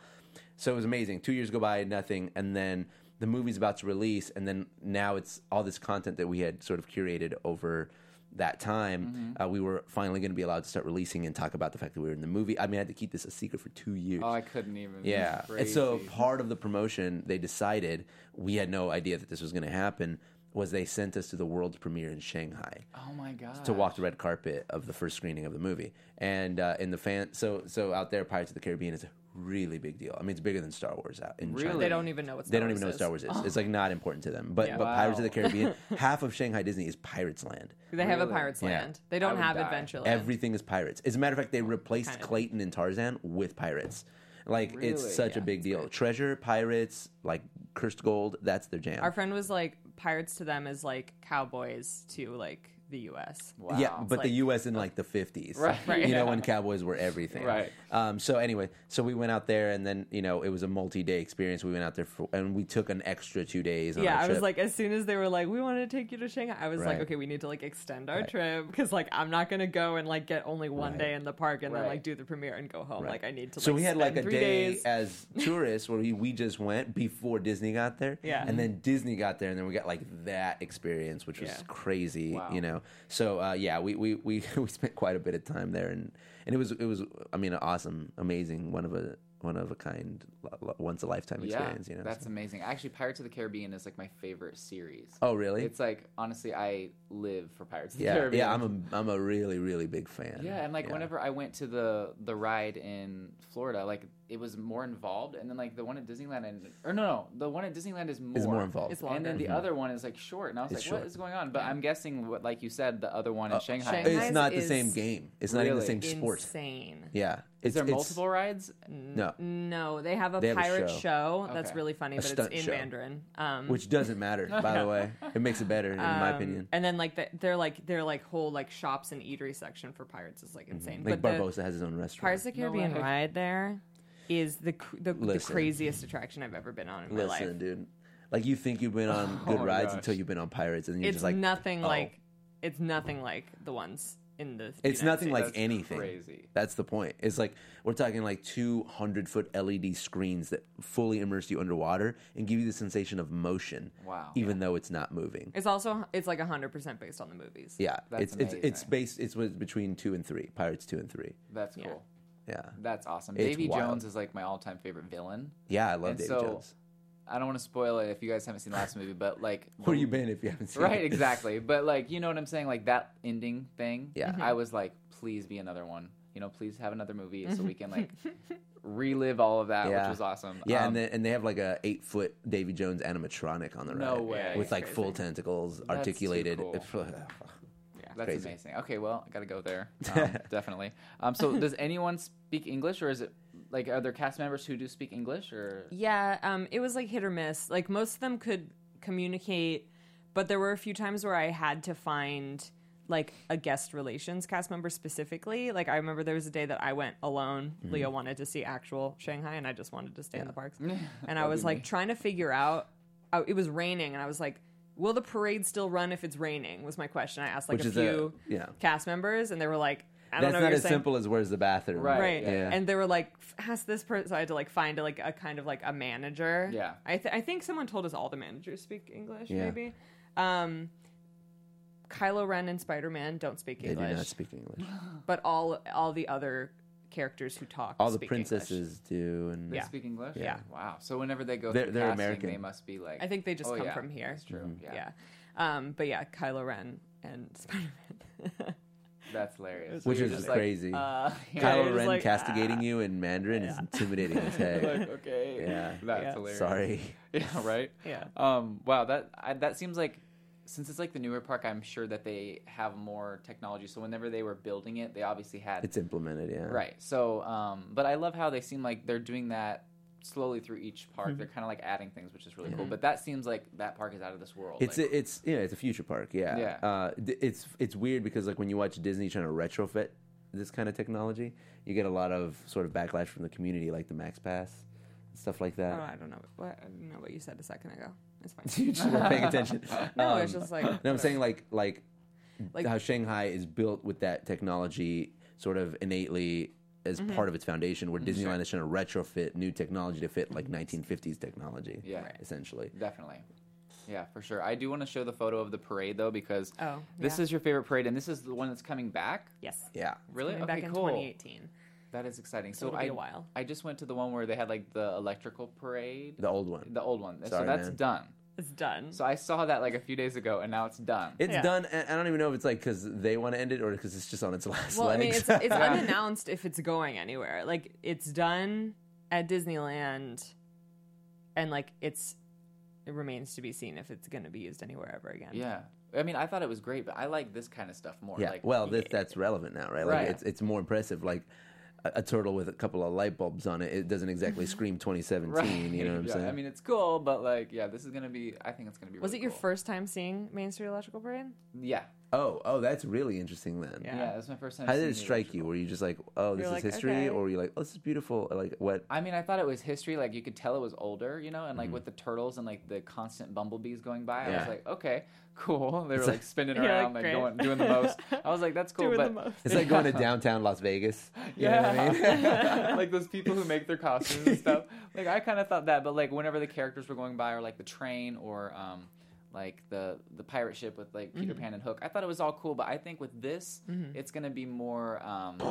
C: So it was amazing. Two years go by, nothing, and then the movie's about to release, and then now it's all this content that we had sort of curated over that time. Uh, we were finally going to be allowed to start releasing and talk about the fact that we were in the movie. I mean, I had to keep this a secret for two years.
A: Oh, I couldn't even.
C: Yeah.
A: It's
C: And so
A: crazy.
C: part of the promotion, they decided we had no idea that this was going to happen. Was they sent us to the world premiere in Shanghai
A: Oh my god.
C: to walk the red carpet of the first screening of the movie, and uh, in the fan, so so out there, Pirates of the Caribbean is a really big deal. I mean, it's bigger than Star Wars out in China.
A: Really?
D: They don't even know what's.
C: They don't even know what Star Wars is. It's like not important to them. But, but
A: Wow.
C: Pirates of the Caribbean, half of Shanghai Disney is Pirates Land.
D: They have a
A: Really?
D: Pirates
C: Yeah.
D: Land. They don't
A: would
D: have
A: die.
D: Adventureland.
C: Everything is pirates. As a matter of fact, they replaced
D: Kind of.
C: Clayton and Tarzan with pirates. Like
A: Really?
C: it's such a big deal. Treasure, pirates, like cursed gold. That's their jam.
D: Our friend was like, pirates to them is like cowboys to like the U.S.
A: Wow.
C: Yeah, but the
D: like-
C: U.S. in like the fifties,
A: Right.
C: You
A: Yeah.
C: know, when cowboys were everything,
A: Right.
C: Um, so anyway, so we went out there, and then you know it was a multi-day experience. We went out there, for, and we took an extra two days. On
D: Yeah,
C: our
D: I was
C: trip.
D: like, as soon as they were like, we wanted to take you to Shanghai, I was like,
C: Right.
D: okay, we need to like extend our trip because like I'm not gonna go and like get only one day in the park and then
A: Right.
D: like do the premiere and go home. Like I need to.
C: So we had like a
D: spend
C: day
D: three days.
C: as tourists where we, we just went before Disney got there.
D: Yeah.
C: And then Disney got there and then we got like that experience, which was
D: Yeah.
C: crazy,
A: Wow.
C: you know. So uh, yeah, we, we, we, we spent quite a bit of time there and, and it was it was I mean an awesome, amazing, one of a one of a kind lo- lo- once a lifetime experience, you know.
A: That's
C: so.
A: amazing. Actually, Pirates of the Caribbean is like my favorite series.
C: Oh really?
A: It's like honestly, I live for Pirates of the
C: yeah,
A: Caribbean.
C: yeah, I'm a I'm a really, really big fan.
A: Yeah, and like whenever I went to the the ride in Florida, like it was more involved, and then like the one at Disneyland, and or no, no, the one at Disneyland is more
C: it's more involved. Mm-hmm.
D: It's longer.
A: and then the other one is like short, and I was
C: It's
A: like,
C: short. Uh,
A: what is going on? But I'm guessing what, like you said, the other one in Shanghai.
D: Shanghai.
A: Is,
C: it's not the
D: is
C: same game. It's not even the
A: really
C: same sport.
D: insane.
C: Yeah. It's,
A: there
C: it's-
A: multiple rides?
C: No.
D: No, they have a
C: They have a
D: pirate
C: show.
D: show, that's
A: Okay.
D: really funny, but it's
C: stunt
D: in
C: show.
D: Mandarin. Um,
C: which doesn't matter by the way it makes it better in my opinion
D: and then like the, they're like they're like whole like shops and eatery section for pirates is like insane.
C: Mm-hmm. like
D: but
C: barbosa
D: the
C: has his own restaurant
D: Pirates of the Caribbean
A: way.
D: ride there is the cr- the, the
C: Listen.
D: craziest attraction I've ever been on in my
C: listen
D: life.
C: dude like you think you've been on good
A: Oh my
C: rides
A: gosh.
C: until you've been on pirates and you're
D: It's
C: just like
D: nothing
C: oh.
D: like it's nothing like the ones in the.
C: it's
D: United
C: nothing
D: States.
C: like
A: That's
C: anything
A: crazy.
C: that's the point it's like we're talking like 200 foot led screens that fully immerse you underwater and give you the sensation of motion
A: Wow.
C: even though it's not moving
D: It's also it's like hundred percent based on the movies.
C: yeah
A: That's
C: it's it's it's
A: amazing.
C: based it's was between two and three pirates two and three
A: That's
D: Yeah.
A: cool.
C: yeah
A: That's awesome.
C: It's
A: Davy
C: wild.
A: Jones is like my all-time favorite villain.
C: yeah i love
A: And
C: Davy
A: so-
C: jones
A: I don't want to spoil it if you guys haven't seen the last movie, but like,
C: where you been if you haven't seen
A: right?
C: it?
A: Exactly. But like, you know what I'm saying? Like that ending thing.
C: Yeah.
D: Mm-hmm.
C: Mhm.
A: I was like, please be another one. You know, please have another movie so we can like relive all of that,
C: Yeah.
A: which was awesome.
C: Yeah,
A: Um,
C: and then, and they have like a eight foot Davy Jones animatronic on the
A: No
C: right.
A: way. Yeah,
C: with
A: it's
C: like full tentacles,
A: too
C: articulated.
A: cool. that's
C: crazy.
A: amazing. Okay, well, I gotta go there. Um, definitely. Um, so does anyone speak English, or is it like are there cast members who do speak English, or
D: Yeah, um, it was like hit or miss. Like most of them could communicate, but there were a few times where I had to find like a guest relations cast member specifically. Like I remember there was a day that I went alone.
C: Mm-hmm.
D: Leo wanted to see actual Shanghai, and I just wanted to stay in the parks. and I was like trying to figure out. I, it was raining, and I was like. Will the parade still run if it's raining? Was my question. I asked like
C: Which
D: a
C: is a-
D: few
C: yeah.
D: cast members, and they were like, "I don't
C: That's
D: know." what
C: not
D: you're
C: as
D: saying.
C: simple as where's the bathroom,
A: Right.
D: Right.
C: Yeah.
D: And they were like, "F- ask this person. So I had to like find like a kind of like a manager.
A: Yeah.
D: I, th- I think someone told us all the managers speak English,
C: Yeah.
D: maybe. Um, Kylo Ren and Spider Man don't speak
C: They do
D: English,
C: not speak English.
D: but all all the other characters who talk
C: All the
D: speak English.
C: princesses do, and
A: they
D: Yeah.
A: speak English?
D: Yeah.
A: Wow. So whenever they go,
C: They're-
A: through
C: they're
A: casting,
C: American. Mm-hmm.
A: They must be like.
D: I think they just
A: oh,
D: come
A: yeah.
D: from here. Mm-hmm.
A: That's true. Yeah.
D: Yeah. Um, but yeah, Kylo Ren and Spider Man.
A: That's hilarious.
C: which
A: You're
C: is
A: just like,
C: crazy.
D: uh, yeah,
C: Kylo
D: you're just
C: Ren
D: like,
C: castigating you in Mandarin is intimidating as heck.
A: like, okay.
C: Yeah.
A: That's
D: Yeah.
A: hilarious.
C: Sorry.
A: Yeah. Right.
D: Yeah.
A: Um. Wow. That I, that seems like. Since it's like the newer park, I'm sure that they have more technology. So whenever they were building it, they obviously had
C: It's implemented, yeah.
A: right. So, um, but I love how they seem like they're doing that slowly through each park.
D: Mm-hmm.
A: They're kind of like adding things, which is really cool. But that seems like that park is out of this world.
C: It's
A: like,
C: a, it's yeah, it's a future park. Yeah.
A: Yeah.
C: Uh, d- it's it's weird because like when you watch Disney trying to retrofit this kind of technology, you get a lot of sort of backlash from the community, like the Max Pass, stuff like
D: Oh,
C: that.
D: I don't know. What, I don't know what you said a second ago. It's
C: you
D: fine.
C: just weren't paying attention.
D: No, it's just like.
C: No, I'm saying like like,
D: Like-
C: how Shanghai is built with that technology sort of innately as
A: Mm-hmm.
C: part of its foundation, where Disneyland is trying to retrofit new technology to fit like 1950s technology.
A: Yeah. Right.
C: essentially.
A: Definitely. Yeah, for sure. I do want to show the photo of the parade though because
D: Oh,
A: this
D: yeah.
A: is your favorite parade and this is the one that's coming back.
D: Yes.
C: Yeah.
A: Really?
D: Coming
A: okay,
D: back in
A: cool.
D: 2018.
A: That is exciting. So
D: it'll
A: I
D: be a while.
A: I just went to the one where they had like the electrical parade,
C: The old one.
A: the old one.
C: Sorry,
A: so that's
C: man.
A: done.
D: It's done.
A: So I saw that like a few days ago and now it's done.
C: It's
D: Yeah.
C: done. And I don't even know if it's like because they want to end it or because it's just on its last
D: well, I mean,
C: legs.
D: it's, it's unannounced if it's going anywhere. Like, it's done at Disneyland, and like, it's it remains to be seen if it's going to be used anywhere ever again.
A: yeah. I mean, I thought it was great, but I like this kind of stuff more.
C: yeah.
A: Like,
C: well, this, that's relevant now, right? Like,
A: Right.
C: It's it's more impressive. Like a, a turtle with a couple of light bulbs on it. It doesn't exactly scream 2017. You know what I'm
A: Yeah,
C: saying?
A: I mean, it's cool, but like, yeah, this is gonna be. I think it's gonna be.
D: Was it
A: really
D: your
A: cool.
D: first time seeing Main Street Electrical Parade?
A: Yeah,
C: oh, oh, that's really interesting then.
A: yeah,
D: Yeah.
A: that's my first time.
C: How
A: seeing
C: did
A: the
C: it strike
A: original.
C: you? Were you just like, oh, this
D: You're
C: is
D: like,
C: history,
D: okay.
C: or were you like, oh, this is beautiful? Or like what?
A: I mean, I thought it was history. Like you could tell it was older, you know, and like with the turtles and like the constant bumblebees going by, I was
C: Mm-hmm. Yeah.
A: like, okay, cool. They were like spinning
D: Yeah,
A: around, like,
D: like, great.
A: going, doing the most. I was like, that's cool.
D: Doing the
A: but
D: most.
C: It's like going to downtown Las Vegas. You know what I mean?
A: like those people who make their costumes and stuff. Like I kind of thought that, but like whenever the characters were going by, or like the train, or um, like the the pirate ship with like Peter Pan and Hook, I thought it was all cool. But I think with this, it's gonna be more. Um,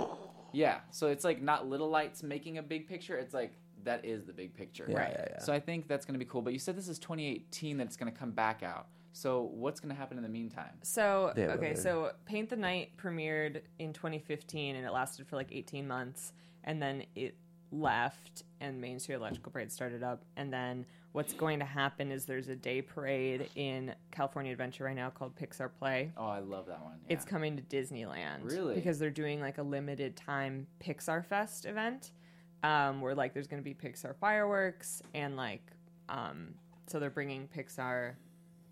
A: yeah, so it's like not little lights making a big picture. It's like that is the big picture.
C: Yeah, Right. yeah, yeah.
A: So I think that's gonna be cool. But you said this is 2018 that it's gonna come back out. So what's gonna happen in the meantime?
D: So
C: Yeah,
D: okay,
C: whatever.
D: so Paint the Night premiered in 2015 and it lasted for like 18 months, and then it left and Main Street Electrical Parade started up, and then what's going to happen is there's a day parade in California Adventure right now called Pixar Play.
A: Oh, I love that one. Yeah.
D: It's coming to Disneyland,
A: Really?
D: because they're doing like a limited time Pixar Fest event, um, where like there's going to be Pixar fireworks and like, um, so they're bringing Pixar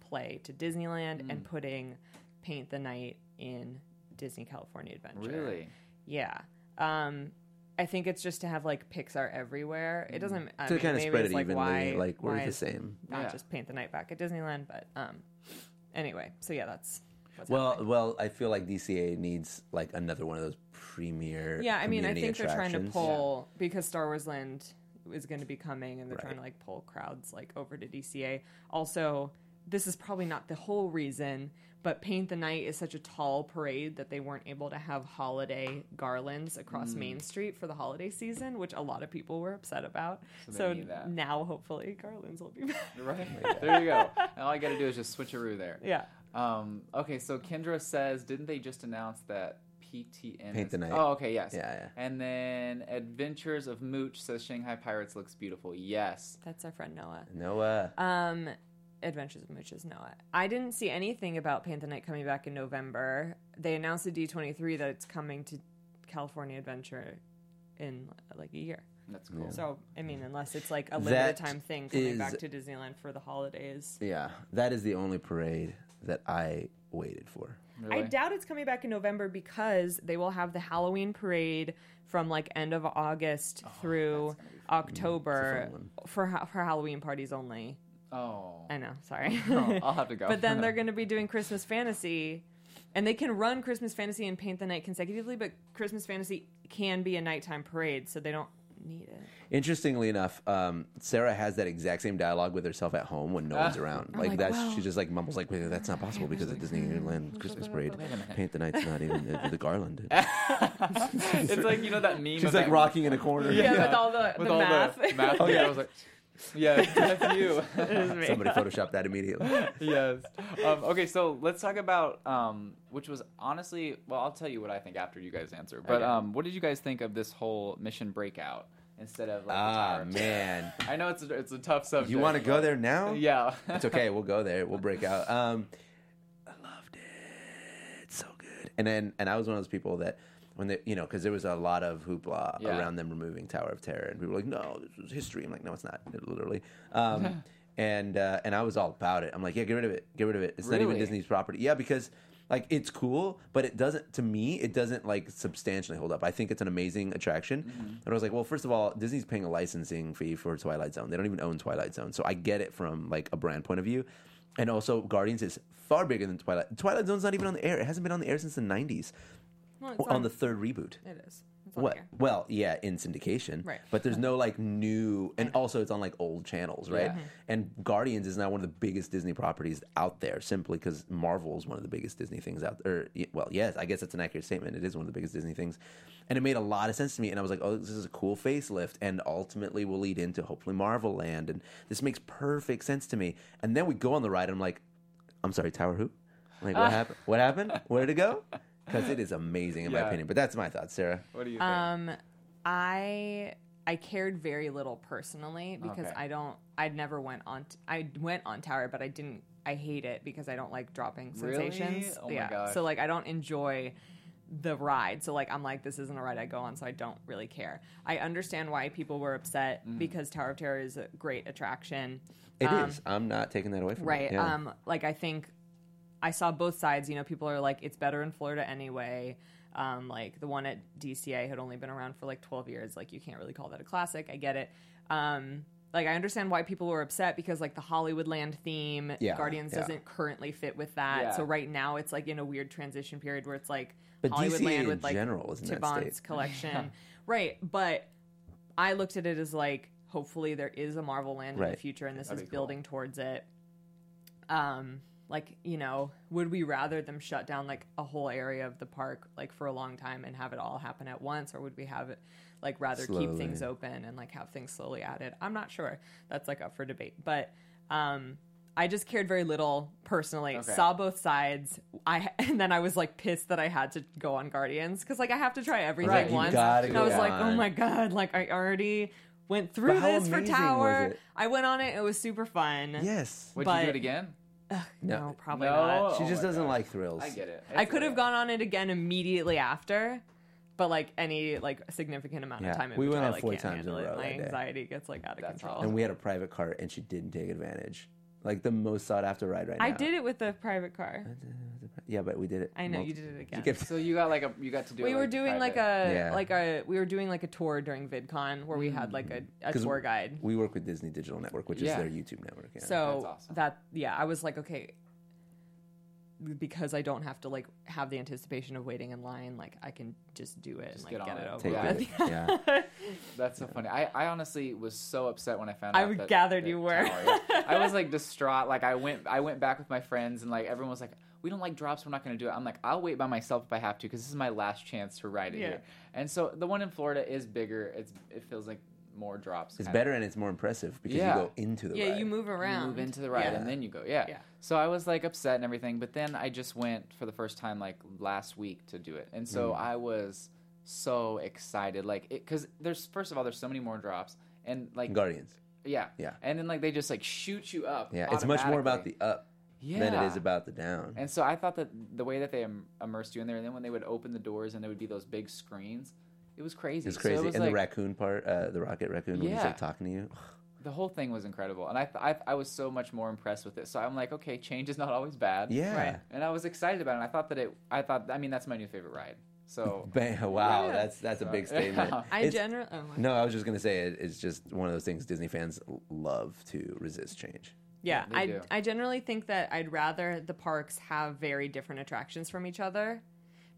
D: play to Disneyland
C: Mm.
D: and putting Paint the Night in Disney California Adventure.
A: really.
D: Yeah. Um, I think it's just to have like Pixar everywhere. It doesn't I
C: Mm. to
D: mean,
C: kind of
D: maybe
C: spread it
D: it's, like,
C: evenly,
D: why-
C: like we're
D: why
C: the
D: is
C: same.
D: Not
A: Yeah.
D: just Paint the Night back at Disneyland, but um, anyway. So yeah, that's. What's
C: Well,
D: happening.
C: well, I feel like DCA needs like another one of those premier.
D: Yeah, I mean, I
C: community
D: think they're trying to
C: attractions.
D: pull because Star Wars Land is going to be coming, and they're trying
C: Right.
D: to like pull crowds like over to DCA. Also, this is probably not the whole reason, but Paint the Night is such a tall parade that they weren't able to have holiday garlands across Main Street for the holiday season, which a lot of people were upset about.
A: they
D: So,
A: need that.
D: now, hopefully, garlands will be back.
A: Right there you go. All I got to do is just switcheroo there.
D: yeah.
A: Um, okay, so Kendra says, didn't they just announce that PTN?
C: Paint
A: is-
C: the Night.
A: Oh, okay, yes.
C: Yeah, yeah.
A: And then Adventures of Mooch says Shanghai Pirates looks beautiful. Yes.
D: That's our friend Noah.
C: Noah.
D: Um, Adventures of Mooches Noah. I didn't see anything about Panther Night coming back in November. They announced at D23 that it's coming to California Adventure in like a year.
A: That's cool.
D: So, I mean, unless it's like a limited
C: That
D: time thing coming
C: is-
D: back to Disneyland for the holidays.
C: yeah, that is the only parade that I waited for.
A: Really?
D: I doubt it's coming back in November because they will have the Halloween parade from like end of August through October for ha- for Halloween parties only.
A: oh.
D: I know, sorry.
A: Oh, I'll have to go.
D: But then they're going to be doing Christmas Fantasy, and they can run Christmas Fantasy and Paint the Night consecutively. But Christmas Fantasy can be a nighttime parade, so they don't need it.
C: Interestingly enough, um, Sarah has that exact same dialogue with herself at home when no one's around. Like
D: Uh, like,
C: that's
D: "Well."
C: she just like mumbles like, "Wait, that's not possible because the Disneyland Christmas parade, paint the night's not even uh, the garland."
A: it's like, you know, that meme.
C: She's
A: of
C: like Oh,
A: that-
C: rocking in a corner.
D: Yeah, with all the,
A: With
D: the
A: all
D: math.
A: the math. yeah. I was like, yeah, that's you.
C: Somebody photoshopped that immediately.
A: yes. Um, okay, so let's talk about um, which was honestly. Well, I'll tell you what I think after you guys answer. But um, what did you guys think of this whole mission breakout instead of like? the
C: Ah
A: Tower of Terror?
C: man,
A: I know it's a, it's a tough subject.
C: you want to go
A: but-
C: there now?
A: Yeah.
C: It's okay. We'll go there. We'll break out. Um, I loved it. It's so good. And then, and I was one of those people that when they, you know, because there was a lot of hoopla
A: Yeah.
C: around them removing Tower of Terror, and people were like, "No, this is history." I'm like, "No, it's not, literally." Um, and uh, and I was all about it. I'm like, "Yeah, get rid of it, get rid of it. It's not even
A: Really?
C: Disney's property." Yeah, because like it's cool, but it doesn't. To me, it doesn't like substantially hold up. I think it's an amazing attraction, and I was like, "Well, first of all, Disney's paying a licensing fee for Twilight Zone. They don't even own Twilight Zone, so I get it from like a brand point of view." And also, Guardians is far bigger than Twilight. Twilight Zone's not even on the air. It hasn't been on the air since the '90s
D: Well, it's
C: on, the third reboot.
D: It is. It's on
C: What?
D: here.
C: Well, yeah, in syndication,
D: Right.
C: But there's no like new, and also it's on like old channels, right? Mm-hmm.
A: Yeah. Mhm.
C: And Guardians is now one of the biggest Disney properties out there, simply because Marvel is one of the biggest Disney things out there. y- Well, yes, I guess that's an accurate statement. It is one of the biggest Disney things, and it made a lot of sense to me. And I was like, oh, this is a cool facelift, and ultimately will lead into hopefully Marvel Land, and this makes perfect sense to me. And then we go on the ride, and I'm like, I'm sorry, Tower Who? Like
D: Uh.
C: what happened? What happened? Where to go? Because it is amazing in my
A: Yeah.
C: opinion. But that's my thoughts, Sarah.
A: What do you think?
D: Um, I I cared very little personally because
A: Okay.
D: I don't. I never went on. T- I went on Tower, but I didn't. I hate it because I don't like dropping
A: Really?
D: sensations.
A: Oh my
D: yeah.
A: gosh.
D: So like I don't enjoy the ride. So like I'm like this isn't a ride I go on, so I don't really care. I understand why people were upset
A: Mm.
D: because Tower of Terror is a great attraction.
C: It is. I'm not taking that away from you.
D: Um, Right.
C: Yeah.
D: Um, like I think I saw both sides. You know, people are like, it's better in Florida anyway. Um, like the one at DCA had only been around for like 12 years. Like you can't really call that a classic. I get it. Um, like I understand why people were upset because like the Hollywoodland theme,
C: Yeah,
D: Guardians
C: yeah.
D: doesn't currently fit with that.
A: Yeah.
D: So right now it's like in a weird transition period where it's like
C: But DCA
D: Hollywoodland
C: in
D: with like
C: general is in that
D: Tibon's
C: state.
D: collection, right? But I looked at it as like hopefully there is a Marvel Land in the
C: Right.
D: future and this
A: That'd
D: is
A: be cool.
D: building towards it. Um, like you know, would we rather them shut down like a whole area of the park like for a long time and have it all happen at once, or would we have it like rather keep
C: Slowly.
D: things open and like have things slowly added? I'm not sure. That's like up for debate, but um. I just cared very little personally.
A: Okay.
D: Saw both sides. I and then I was like pissed that I had to go on Guardians because like I have to try everything
A: Right, you
D: once.
C: gotta
D: and
C: go
D: I was like, oh
C: on.
D: my god, like I already went through
C: But how
D: this for
C: amazing was
D: Tower.
C: it?
D: I went on it. It was super fun.
C: Yes.
A: Would you
D: but-
A: do it again?
D: No,
C: No.
D: probably
A: No.
D: not.
C: She
A: Oh
C: just
A: my
C: doesn't
A: gosh.
C: like thrills.
A: I get it.
D: I
A: It's
D: could have
A: okay.
D: gone on it again immediately after, but like any like significant amount
C: Yeah,
D: of time, at
C: we
D: which
C: went
D: I,
C: on
D: like,
C: four
D: can't
C: times in a
D: handle it.
C: row
D: My
C: that day.
D: anxiety gets like out of
A: That's
D: control.
A: awesome.
C: And we had a private cart and she didn't take advantage. Like the most sought after ride right now.
D: I did it with the private car.
C: Yeah, but we did it.
D: I know you
C: multi-
D: did it again.
C: kept-
A: So you got like a you got to do.
D: we
A: it,
D: were
A: like,
D: doing like
A: private.
D: a
C: Yeah.
D: like a we were doing like a tour during VidCon where we had like a, a
C: Mm-hmm. 'Cause
D: tour guide.
C: We work with Disney Digital Network, which
A: Yeah.
C: is their YouTube network. Yeah.
D: So
A: That's awesome.
D: that yeah, I was like, okay, because I don't have to like have the anticipation of waiting in line, like I can just do it and like
A: get
D: get,
A: on
D: it
A: it.
D: over
C: Take
A: Yeah.
D: with.
C: it. Yeah.
A: That's so funny. I, I honestly was so upset when I found
D: I
A: out.
D: would
A: that-
D: gathered
A: that
D: you were.
A: Tower- yeah. I was like distraught. Like I went I went back with my friends and like everyone was like, we don't like drops. We're not going to do it. I'm like, I'll wait by myself if I have to because this is my last chance to ride it
D: Yeah.
A: here. And so the one in Florida is bigger. It's it feels like more drops.
C: It's
A: kinda.
C: better and it's more impressive because
A: Yeah.
C: you go into the
D: Yeah,
C: ride.
D: you move around.
A: You move into the ride
D: Yeah.
A: and then you go. Yeah.
D: Yeah.
A: So I was like upset and everything, but then I just went for the first time like last week to do it, and
C: Mm.
A: so I was so excited, like because there's first of all there's so many more drops. And like
C: Guardians.
A: Yeah.
C: Yeah.
A: And then like they just like shoot you up.
C: Yeah. It's much more about the
A: automatically.
C: up than it
A: Yeah.
C: is about the down.
A: And so I thought that the way that they Im- immersed you in there, and then when they would open the doors and there would be those big screens, it was crazy.
C: It's
A: So
C: crazy.
A: it was
C: and
A: like,
C: the raccoon part, uh, the rocket raccoon, when he's
A: Yeah.
C: like talking to you.
A: the whole thing was incredible, and I, th- I I was so much more impressed with it. So I'm like, okay, change is not always bad.
C: Yeah.
D: Right.
A: And I was excited about it. And I thought that it. I thought. I mean, that's my new favorite ride. So.
C: Bam, wow,
D: Yeah.
C: that's that's a big statement.
D: I
C: It's-
D: generally oh, my-
C: No, I was just gonna say it, it's just one of those things Disney fans l- love to resist change.
D: yeah,
A: they
D: I
A: do.
D: I generally think that I'd rather the parks have very different attractions from each other.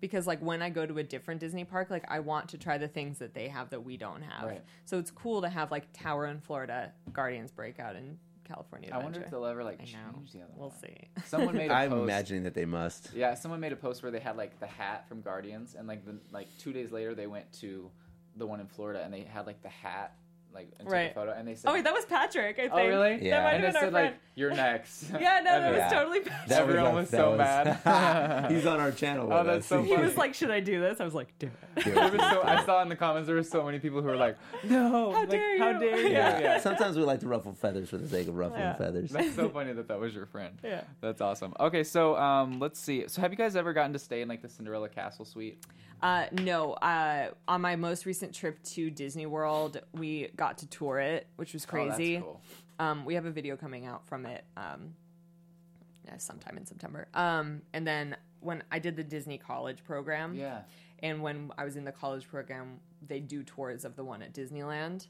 D: Because like when I go to a different Disney park, like I want to try the things that they have that we don't have.
A: Right.
D: So it's cool to have like Tower in Florida, Guardians Breakout in California.
A: I wonder if
D: Adventure.
A: they'll ever like
D: I know.
A: change the other
D: We'll
A: one.
D: see.
A: Someone made a
C: I'm
A: post.
C: imagining that they must.
A: Yeah, someone made a post where they had like the hat from Guardians, and like the, like two days later they went to the one in Florida, and they had like the hat, like and took
D: Right.
A: a photo, and they said,
D: Oh wait, that was Patrick. I think.
A: "Oh, really?"
C: Yeah.
D: That might
A: and
D: have
A: it
D: been our
A: said
D: friend.
A: like, "You're next."
D: yeah, no, that
A: And
D: was
A: then-
D: totally Patrick.
A: Everyone
C: our-
A: was so mad.
C: He's on our channel.
A: Oh,
C: with
A: that's
C: us.
A: so
D: He
A: funny.
D: was like, "Should I do this?" I was like, "Do it."
A: There was so, I saw in the comments there were so many people who were like, "No,
D: How
A: like,
D: dare
A: how
D: you."
A: dare you?"
D: Yeah.
A: Yeah.
C: Sometimes we like to ruffle feathers for the sake of ruffling
D: Yeah.
C: feathers.
A: That's so funny that that was your friend.
D: Yeah.
A: That's awesome. Okay, so um, let's see. So have you guys ever gotten to stay in like the Cinderella Castle suite?
D: Uh, no, uh, on my most recent trip to Disney World, we got to tour it, which was
A: Oh, that's
D: crazy.
A: cool.
D: Um, we have a video coming out from it um, uh, sometime in September. Um, and then when I did the Disney College program,
A: Yeah.
D: and when I was in the college program, they do tours of the one at Disneyland.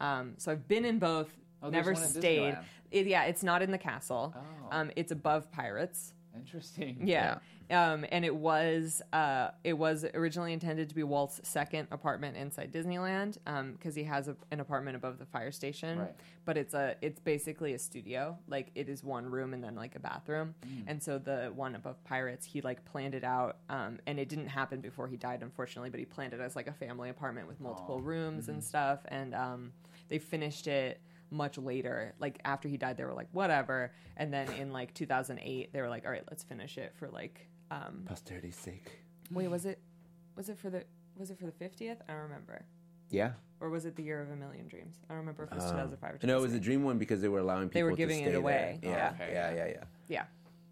D: Um, so I've been in both,
A: Oh, there's
D: never
A: one at
D: stayed.
A: Disneyland.
D: It- yeah, it's not in the castle.
A: Oh.
D: Um, it's above Pirates.
A: Interesting.
D: Yeah. Um, and it was uh, it was originally intended to be Walt's second apartment inside Disneyland because he has a, an apartment above the fire station.
A: Right.
D: But it's a it's basically a studio. Like it is one room and then like a bathroom.
C: Mm.
D: And so the one above Pirates, he like planned it out. Um, and it didn't happen before he died, unfortunately. But he planned it as like a family apartment with multiple rooms
C: Mm-hmm.
D: and stuff. And um, they finished it much later. Like after he died, they were like, whatever. And then in like 2008, they were like, all right, let's finish it for like, um,
C: Posterity's sake.
D: wait, was it, was it for the, was it for the 50th? I don't remember.
C: Yeah.
D: Or was it the year of a million dreams? I don't remember if it was 2005 or
C: No, Um, it was a
D: 2008.
C: dream one because they were allowing people.
D: They were
C: to
D: giving it
C: stay there.
D: away.
C: Yeah.
A: Okay.
C: yeah, yeah, yeah.
D: Yeah.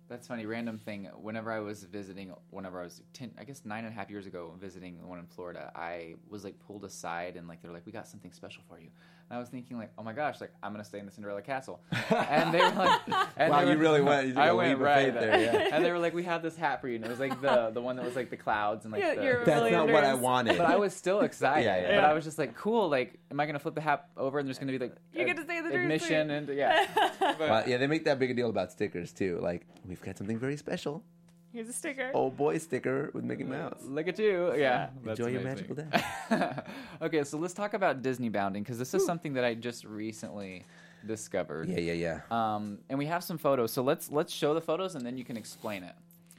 A: That's funny. Random thing. Whenever I was visiting, whenever I was ten, I guess nine and a half years ago, visiting the one in Florida, I was like pulled aside and like they're like, "We got something special for you," and I was thinking like, "Oh my gosh, like I'm gonna stay in the Cinderella Castle," and they were like, and
C: Wow,
A: they
C: you
A: were-
C: really went- you took
A: I
C: a
A: went
C: leap of
A: right
C: faith
A: there,
C: there, yeah.
A: and they were like, "We have this hat for you," and it was like the the one that was like the clouds and like
D: Yeah,
A: the,
D: you're-
A: the-
C: That's
D: Really
C: not what I
D: unders-
C: wanted.
A: but I was still excited.
C: Yeah, yeah.
A: But I was just like, "Cool, like, am I gonna flip the hat over and there's gonna be like
D: You
A: a-
D: get to stay in the dream suite.
A: admission and yeah."
C: Well, yeah, they make that big a deal about stickers too. Like, we've got something very special.
D: Here's a sticker.
A: Oh,
C: Old boy sticker with Mickey Mouse.
A: Look at you. Yeah. that's
C: Enjoy your
A: amazing.
C: magical day.
A: okay, so let's talk about Disney bounding because this is something that I just recently discovered.
C: yeah, yeah, yeah.
A: Um, and we have some photos, so let's let's show the photos and then you can explain it.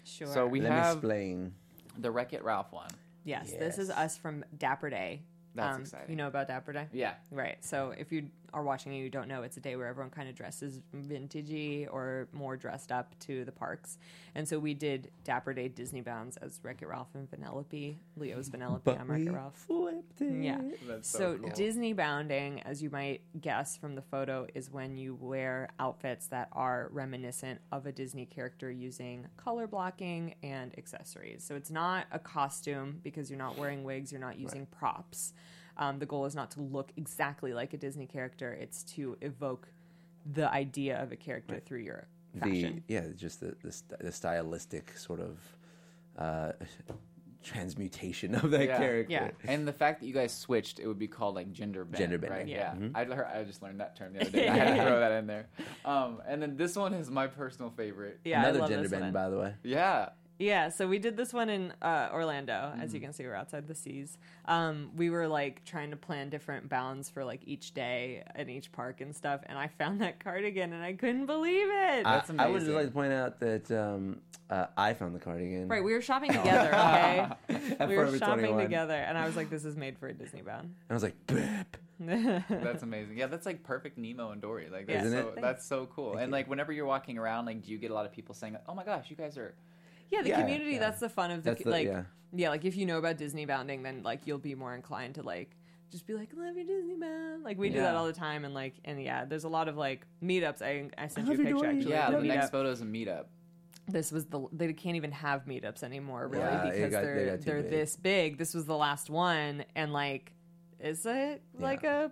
D: Sure.
A: So we
C: Let me
A: have
C: explain.
A: the Wreck It Ralph one.
D: yes, this is us from Dapper Day.
A: That's
D: um,
A: exciting.
D: You know about Dapper Day?
A: Yeah.
D: Right. So if you are watching and you don't know, it's a day where everyone kind of dresses vintagey or more dressed up to the parks. And so we did Dapper Day Disney Bounds as Wreck It Ralph and Vanellope. Leo's Vanellope. I'm Wreck It Ralph.
C: flipped it.
D: Yeah.
A: so
D: so Disney bounding, as you might guess from the photo, is when you wear outfits that are reminiscent of a Disney character using color blocking and accessories. So it's not a costume because you're not wearing wigs, you're not using props. Um, the goal is not to look exactly like a Disney character; it's to evoke the idea of a character through your
C: The
D: fashion.
C: yeah, just the the, st- the stylistic sort of uh, transmutation of that
A: Yeah.
C: character.
D: Yeah.
A: And the fact that you guys switched, it would be called like gender bending.
C: Gender bending. Mm-hmm.
A: Right?
D: Yeah.
A: Yeah. I, lear- I just learned that term the other day. I had to throw that in there. Um, and then this one is my personal favorite.
D: yeah, I
C: Another
D: love
C: gender
D: this
C: bend,
D: one.
C: by the way.
A: Yeah.
D: Yeah, so we did this one in uh, Orlando. As
C: Mm-hmm.
D: you can see, we're outside the seas. Um, we were like trying to plan different bounds for like each day and each park and stuff. And I found that cardigan and I couldn't believe it.
A: That's
C: I- I would just
A: amazing.
C: like to point out that um, uh, I found the cardigan.
D: right, we were shopping together, okay?
C: At
D: we were
C: Forever
D: shopping
C: 21.
D: together. And I was like, this is made for a Disney bound.
C: And I was like, Bip.
A: That's amazing. Yeah, that's like perfect Nemo and Dory. Like,
D: Yeah.
A: that's
C: Isn't
A: so,
C: it?
A: That's so cool. and like, whenever you're walking around, like, do you get a lot of people saying, "Oh my gosh, you guys are."
D: Yeah, the
C: Yeah,
D: community,
C: yeah.
D: that's the fun of the,
C: That's the-
D: like, yeah.
C: yeah.
D: like if you know about Disney bounding, then like you'll be more inclined to like, just be like, love your Disney bound. Like we do that
A: Yeah.
D: all the time. And like, and yeah, there's a lot of like meetups. I, I sent you a
C: love your
D: picture
C: Dory.
D: actually.
A: Yeah.
D: of
A: The
D: meetup.
A: next photo is a meetup.
D: this was the they can't even have meetups anymore really
C: Yeah, it
D: because
C: got- they
D: they're
C: got too
D: they are
C: big.
D: this big. This was the last one, and like, is it like a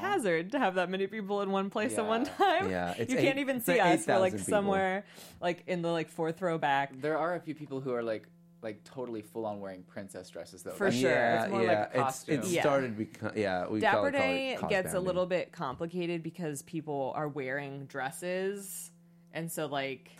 D: hazard to have that many people in one place at one
A: Yeah.
D: time?
C: Yeah, it's
D: you
C: eight-
D: can't even
C: it's
D: see
C: like
D: us. We're like
C: 8,000 people.
D: somewhere like in the like fourth row back.
A: There are a few people who are like like totally full on wearing princess dresses though.
D: For
A: Like,
D: sure.
C: Yeah,
A: It's more like
C: yeah.
A: a costume.
C: It's, it
D: Yeah.
C: started become yeah. We call
D: Dapper
C: it- call it
D: Day
C: cos
D: gets a
C: bounding.
D: little bit complicated because people are wearing dresses, and so like,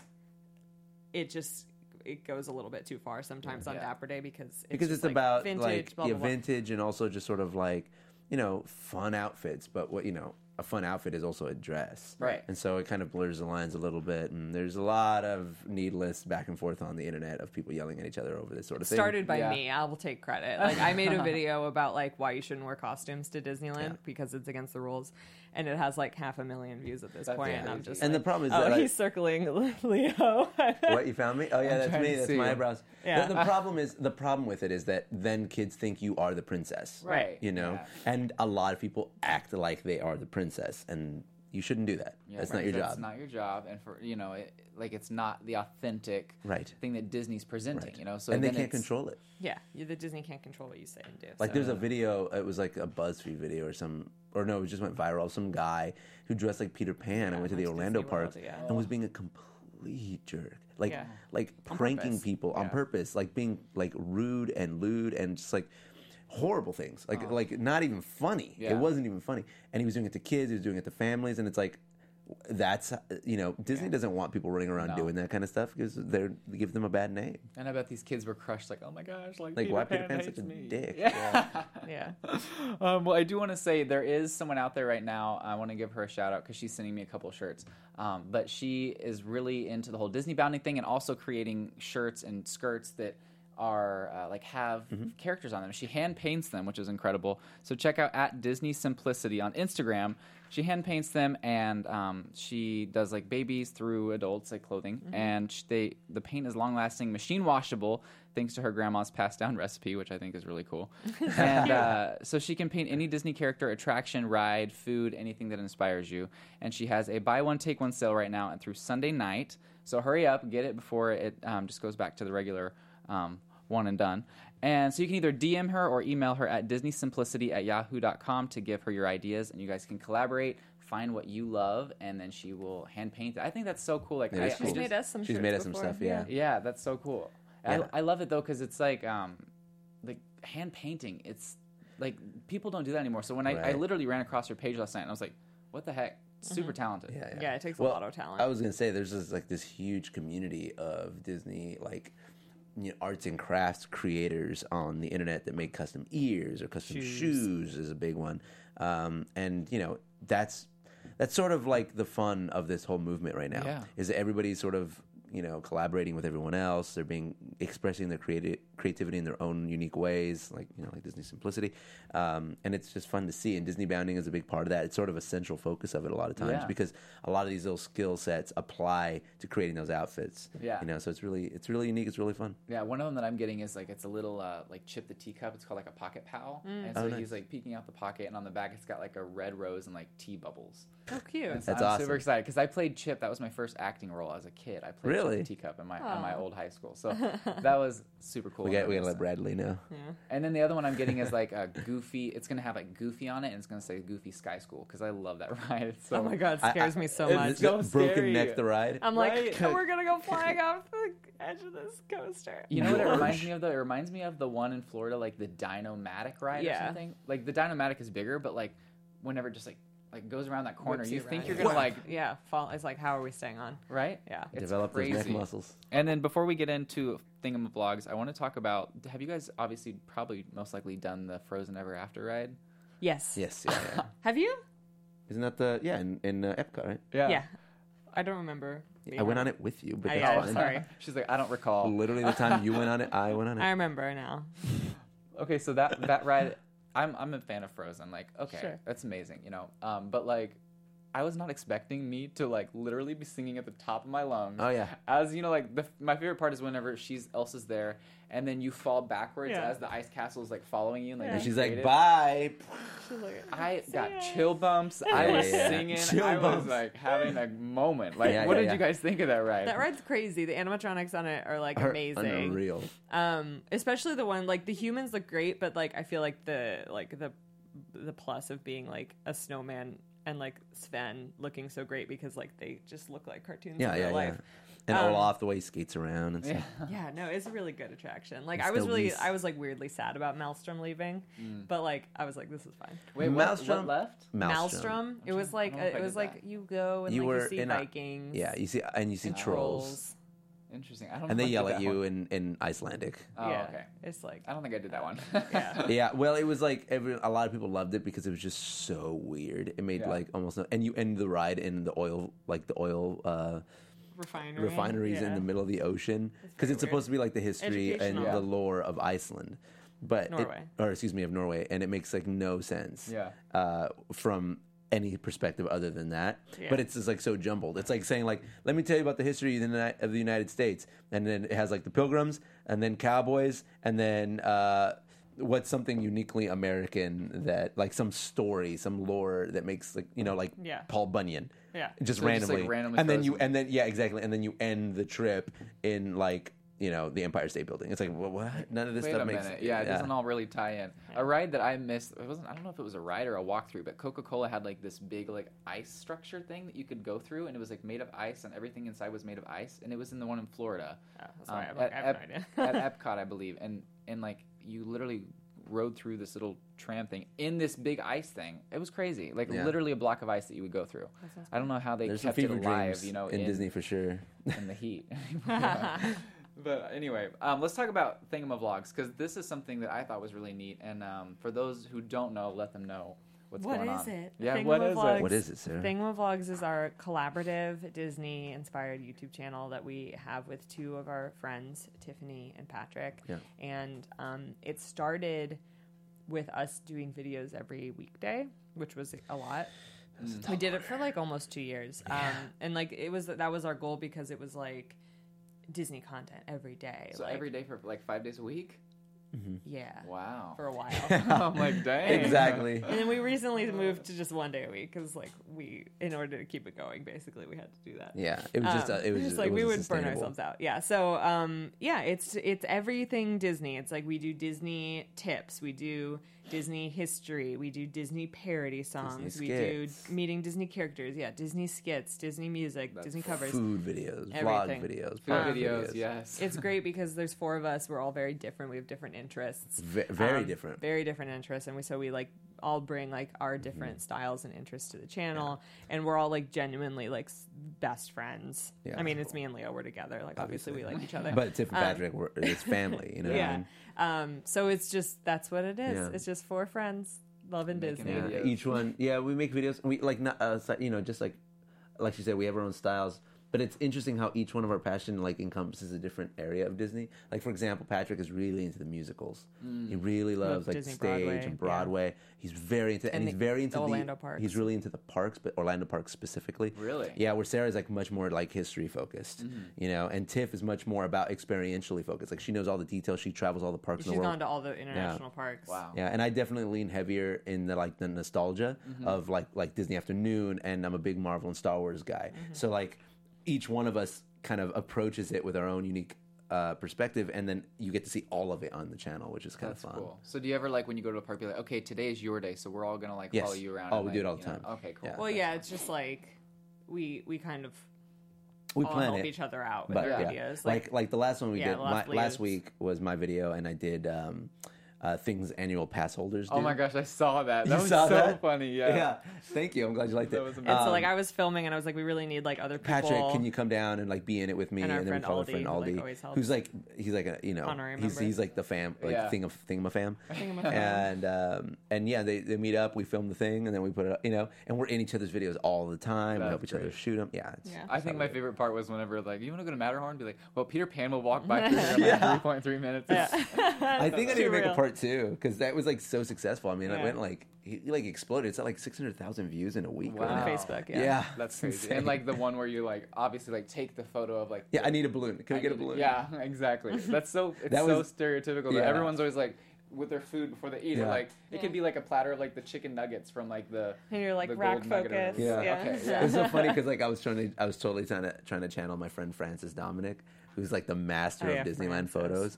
D: it just it goes a little bit too far sometimes on
A: Yeah.
D: Dapper Day because it's
C: because
D: just,
C: it's about
D: vintage,
C: like
D: blah,
C: yeah,
D: blah, blah.
C: vintage and also just sort of like you know fun outfits. But what you know, a fun outfit is also a dress,
A: Right.
C: And so it kind of blurs the lines a little bit. And there's a lot of needless back and forth on the internet of people yelling at each other over this sort of thing.
D: started by
A: Yeah.
D: me. I will take credit. Like I made a video about like why you shouldn't wear costumes to Disneyland because it's against the rules, and it has like half a million views at this
A: That's
D: point, And I'm
A: crazy.
D: just
C: And the
D: like,
C: problem is
D: oh,
C: that I-
D: he's circling Leo.
C: what you found me? Oh yeah, that's
A: trying
C: me.
A: to
C: That's
A: see
C: my
A: you.
C: eyebrows.
D: Yeah.
C: The, the problem is the problem with it is that then kids think you are the princess,
A: Right.
C: You know,
A: Yeah.
C: and a lot of people act like they are the princess, and You shouldn't do that.
A: Yeah,
C: that's
A: right.
C: not your
A: That's
C: job.
A: not your job, and for you know, it, like it's not the authentic
C: Right.
A: thing that Disney's presenting. You know, so
C: and they
A: then
C: can't
A: it's-
C: control it.
D: Yeah, you, the Disney can't control what you say and do.
C: Like
D: so.
C: there's a video. uh, It was like a BuzzFeed video or some, or no, it just went viral. of Some guy who dressed like Peter Pan and went to the
D: went to
C: Orlando
D: Disney World,
C: park
D: yeah.
C: and was being a complete jerk, like
D: Yeah.
C: like pranking
D: purpose.
C: people on purpose, like being like rude and lewd and just like horrible things, like like not even funny. It
A: Oh. Yeah.
C: wasn't even funny, and he was doing it to kids. He was doing it to families, and it's like. That's you know Disney doesn't want people running around doing that kind of stuff because they're they give them a bad name.
A: And I bet these kids were crushed, like, oh my gosh, like,
C: Like
A: Peter
C: why
A: Pan
C: Peter Pan's
A: hates
C: such a
A: me.
C: dick?
D: yeah,
A: Um, well, I do want to say there is someone out there right now. I want to give her a shout out because she's sending me a couple shirts. Um, but she is really into the whole Disney bounding thing and also creating shirts and skirts that are uh, like have characters on them. She hand paints them, which is incredible. So check out at Disney Simplicity on Instagram. She hand paints them and um, she does like babies through adults like clothing and sh they the paint is long lasting machine washable thanks to her grandma's passed down recipe which I think is really cool and uh, so she can paint any Disney character attraction ride food anything that inspires you and she has a buy one take one sale right now and through Sunday night so hurry up get it before it um, just goes back to the regular um, one and done. And so you can either DM her or email her at DisneySimplicity at yahoo.com to give her your ideas, and you guys can collaborate, find what you love, and then she will hand paint it. I think that's so cool. Like,
C: Yeah,
A: I,
C: it's
A: I
C: cool.
D: she's made us some.
C: She's
D: shirts
C: made us some
D: before,
C: stuff. Yeah,
A: yeah, that's so cool.
C: Yeah.
A: I, I love it though because it's like, um, like hand painting. It's like people don't do that anymore. So when I, I
C: Right.
A: literally ran across her page last night, and I was like, what the heck? Super talented.
C: yeah,
D: Yeah, it takes a lot of talent.
C: I was gonna say there's this like this huge community of Disney like you know, arts and crafts creators on the internet that make custom ears or custom shoes, is a big one, um, and you know that's that's sort of like the fun of this whole movement right now
A: Yeah.
C: is that everybody's sort of you know collaborating with everyone else they're being expressing their creative creativity in their own unique ways like you know like disney simplicity um, and it's just fun to see and disney bounding is a big part of that it's sort of a central focus of it a lot of times
A: Yeah.
C: because a lot of these little skill sets apply to creating those outfits
A: Yeah.
C: you know so it's really it's really unique it's really fun
A: Yeah, one of them that I'm getting is like it's a little uh, like chip the teacup. It's called like a pocket pal,
D: Mm.
A: and
C: Oh,
A: so he's like peeking out the pocket, and on the back it's got like a red rose and like tea bubbles.
D: so cute.
A: So
C: That's
A: I'm
C: awesome.
A: super excited because I played Chip. That was my first acting role as a kid. I played
C: Really?
A: Chip the teacup in my in my old high school, so that was super cool.
C: we
A: and
C: got we
A: reminiscent.
C: gotta let bradley know
A: And then the other one I'm getting is like a Goofy. It's gonna have like Goofy on it, and it's gonna say Goofy Sky School because I love that ride. It's so
D: Oh my god, it scares me so much.
A: so
C: broken
A: scary.
C: neck the ride
D: I'm like, "Oh,
A: Right?
D: we're gonna go flying off the edge of this coaster.
A: You know what it reminds me of though? It reminds me of the one in Florida, like the Dynamatic ride or
D: Yeah.
A: something. Like the Dynamatic is bigger, but like whenever it just like like goes around that corner,
D: Whips
A: you
D: you
A: think
D: around.
A: you're gonna like
D: yeah, fall. It's like, how are we staying on?
A: right?
D: Yeah.
A: It's
C: develop
A: crazy.
C: those neck muscles
A: And then before we get into Thingamavlogs, I want to talk about have you guys obviously probably most likely done the Frozen Ever After ride?
D: Yes.
C: yes yeah, yeah.
D: Have you?
C: isn't that the yeah in, in uh, epcot right
D: Yeah. I don't remember. being
C: I went
D: on-
C: on it with you, but
D: I-
C: that's
D: yeah,
C: fine.
D: sorry.
A: She's like, I don't recall.
C: Literally the time you went on it, I went on it.
D: I remember now.
A: okay, so that that ride, I'm I'm a fan of Frozen. Like, okay,
D: Sure.
A: that's amazing, you know. Um, but like, I was not expecting me to like literally be singing at the top of my lungs.
C: Oh, yeah.
A: As you know, like the, my favorite part is whenever she's Elsa's there, and then you fall backwards
D: Yeah.
A: as the ice castle is like following you, and like
C: and she's
A: recreated.
C: like, "Bye."
A: I got chill bumps. I
C: Yeah,
A: was
C: yeah, yeah.
A: singing.
C: Chill
A: I was
C: bumps.
A: like having a moment. Like,
C: Yeah,
A: what
C: yeah,
A: did
C: yeah.
A: you guys think of that ride?
D: That ride's crazy. The animatronics on it are like
C: Her-
D: amazing.
C: Unreal.
D: um especially the one like the humans look great but like i feel like the like the the plus of being like a snowman and like sven looking so great because like they just look like cartoons
C: Yeah,
D: in
C: yeah,
D: real
C: yeah.
D: life
C: And
D: Um,
C: Olaf, the way he skates around and stuff.
D: yeah. no it's a really good attraction like
C: And
D: i was
C: still
D: really
C: geese.
D: i was like weirdly sad about maelstrom leaving
A: Mm.
D: but like i was like this is fine
A: Wait, what, what
C: Maelstrom-
A: left?
D: maelstrom it was like
A: I don't know if
D: a,
A: I
D: it was
A: did
D: like
A: that. Oh.
D: you go and
C: You
D: like
C: were
D: you see
C: in a-
D: vikings
C: Yeah, you see, and you see trolls,
D: trolls
A: Interesting. I don't.
C: and
A: know
C: they
A: if I
C: yell
A: did
C: at
A: that
C: you
A: one.
C: in, in Icelandic.
A: Oh,
D: yeah
A: okay.
D: it's like
A: I don't think I did that one.
D: yeah
C: yeah, well, it was like every a lot of people loved it because it was just so weird. It made
A: Yeah.
C: like almost no, and you end the ride in the oil, like the oil uh,
D: refinery
C: refineries in
D: Yeah.
C: the middle of the ocean because
D: pretty
C: it's supposed to be like the history and
D: Educational.
C: the lore of Iceland, but it-
D: Norway.
C: or excuse me, of Norway, and it makes like no sense.
A: Yeah.
C: uh, from any perspective other than that.
D: Yeah.
C: But it's just like so jumbled. It's like saying like, let me tell you about the history of the, Uni- of the United States, and then it has like the Pilgrims, and then cowboys, and then. Uh, what's something uniquely American that like some story, some lore that makes like you know like
D: Yeah.
C: Paul Bunyan,
D: Yeah.
C: just
A: So just, like,
C: randomly,
A: randomly
C: and then you
A: frozen.
C: and then yeah exactly, and then you end the trip in like you know the Empire State Building. It's like wha- what? None of this
A: Wait
C: stuff
A: a
C: makes
A: minute. Yeah, it doesn't all really tie in. A ride that I missed, it wasn't. I don't know if it was a ride or a walkthrough, but Coca Cola had like this big like ice structure thing that you could go through, and it was like made of ice, and everything inside was made of ice, and it was in the one in Florida.
D: Oh,
A: Um,
D: that's why I have- I have no
A: Ep- at Epcot, I believe, and and like you literally rode through this little tram thing in this big ice thing. It was crazy. Like literally a block of ice that you would go through. I don't know how they
C: There's some
A: kept it
C: fever
A: alive.
C: dreams
A: You know,
C: in, Disney for sure.
A: in the heat. but anyway, um, let's talk about Thingamavlogs because this is something that I thought was really neat. And um, for those who don't know, let them know what's
D: What
A: going
D: is
A: on.
D: it?
A: Yeah, what is
D: Thingamavlogs.
A: it?
C: What is it, Sarah?
D: Thingamavlogs is our collaborative Disney inspired YouTube channel that we have with two of our friends, Tiffany and Patrick. And um, it started with us doing videos every weekday, which was a lot. We did it for like almost two years. Um, and like it was that was our goal because it was like Disney content every day.
A: So
D: like,
A: every day for like five days a week.
D: yeah.
A: Wow.
D: For a while.
A: I'm like, dang.
C: exactly.
D: And then we recently moved to just one day a week because, like, we in order to keep it going, basically, we had to do that.
C: Yeah, it was just
D: Um,
C: uh, it was just
D: like
C: it
D: we
C: wasn't
D: would burn
C: sustainable.
D: ourselves out. Yeah. So um yeah, it's it's everything Disney. It's like we do Disney tips, we do Disney history, we do Disney parody songs, we do
C: skits.
D: meeting Disney characters, yeah, Disney skits, Disney music, Disney covers.
C: Food videos, vlog
D: Everything.
C: videos,
A: Food
C: blog
A: videos, yes.
D: It's great because there's four of us, we're all very different, we have different interests.
C: Ve- very
D: um,
C: different. Mm-hmm.
D: Very different interests, and we so we like all bring like our different styles and interests to the channel, and we're all like genuinely like s- best friends.
C: Yeah.
D: I mean, it's me and Leo. We're together. Like obviously, we like each other.
C: But Tiff and Patrick, were, it's family, you know. What I
D: Um, yeah.
C: mean?
D: Um. So it's just that's what it is.
C: Yeah.
D: It's just four friends loving Disney.
A: it.
C: Yeah,
A: videos.
C: each one. Yeah, we make videos. We like not, uh, so- you know, just like like she said, we have our own styles. But it's interesting how each one of our passion like encompasses a different area of Disney. Like for example, Patrick is really into the musicals. He
A: Mm.
C: really loves like
D: Disney,
C: stage
D: Broadway,
C: and
D: yeah.
C: Broadway. He's very into, and,
D: And
C: he's
D: the-
C: very into
D: the
C: the
D: Orlando parks.
C: He's really into the parks, but Orlando parks specifically.
A: Really? Mm-hmm.
C: Yeah, where Sarah's like much more like history focused, you know, and Tiff is much more about experientially focused. Like she knows all the details. She travels all the parks in
D: She's
C: the world.
D: gone to all the international parks.
A: Wow.
C: Yeah, and I definitely lean heavier in the like the nostalgia
A: Mm-hmm.
C: of like like Disney Afternoon, and I'm a big Marvel and Star Wars guy.
A: Mm-hmm.
C: So like each one of us kind of approaches it with our own unique uh, perspective, and then you get to see all of it on the channel, which is kind
A: That's
C: of fun.
A: cool. So do you ever like when you go to a park, be like, okay, today is your day, so we're all gonna like
C: Yes.
A: follow you around.
C: Oh,
A: and,
C: we do
A: like,
C: it all the
A: you know-
C: time.
A: Okay, cool.
C: Yeah.
D: Well, yeah. It's just like we we kind of
C: We
D: all
C: plan
D: help
C: it.
D: each other out with
C: but
D: our
C: yeah,
D: videos.
C: Like, like the last one we
D: Yeah,
C: did
D: last
C: my, last
D: leaves.
C: week was my video, and I did um, uh, things annual pass holders.
A: Oh
C: do.
A: my gosh, I saw that. That
C: You
A: was
C: saw
A: so
C: that?
A: funny. Yeah.
C: yeah. Thank you. I'm glad you liked it.
A: was amazing.
D: and so like I was filming and I was like, we really need like other people.
C: Um, Patrick, can you come down and like be in it with me?
D: And our
C: then we
D: friend
C: call our
D: Aldi,
C: friend
D: who, like,
C: Aldi,
D: always helps.
C: who's like he's like a you know
D: Honorary
C: he's
D: member.
C: he's like the fam like
A: Yeah.
C: thing of thing of fam. and um and yeah, they, they meet up, we film the thing, and then we put it up, you know, and we're in each other's videos all the time. we
A: That's
C: help each other
A: great.
C: shoot them. Yeah, it's,
D: Yeah.
A: I think my favorite part was whenever like you want to go to Matterhorn, be like, well, Peter Pan will walk by through here in like three point three minutes.
C: I think I need
D: too
C: to make
D: real.
C: a part two because that was like so successful. I mean, it
D: Yeah.
C: went like he like exploded. It's at like six hundred thousand views in a week right
A: Wow.
C: now.
D: on Facebook? Yeah.
C: Yeah,
A: That's
C: it's
A: crazy.
C: insane.
A: And like the one where you like obviously like take the photo of like
C: yeah, I need a balloon. Can we get a balloon?
A: yeah, exactly. That's so it's
C: That
A: so
C: was-
A: stereotypical.
C: yeah.
A: That everyone's always like with their food before they eat it.
C: Yeah.
A: Like it could be like a platter of like the chicken nuggets from like the
D: And you're like
A: the
D: rack
A: gold nugget or
D: focus.
A: whatever.
D: Yeah.
A: Okay,
D: Yeah.
A: yeah.
C: It was so funny because like I was trying to, I was totally trying to trying to channel my friend Francis Dominic, who's like the master
D: Oh,
C: of
D: yeah,
C: Disneyland
D: Francis.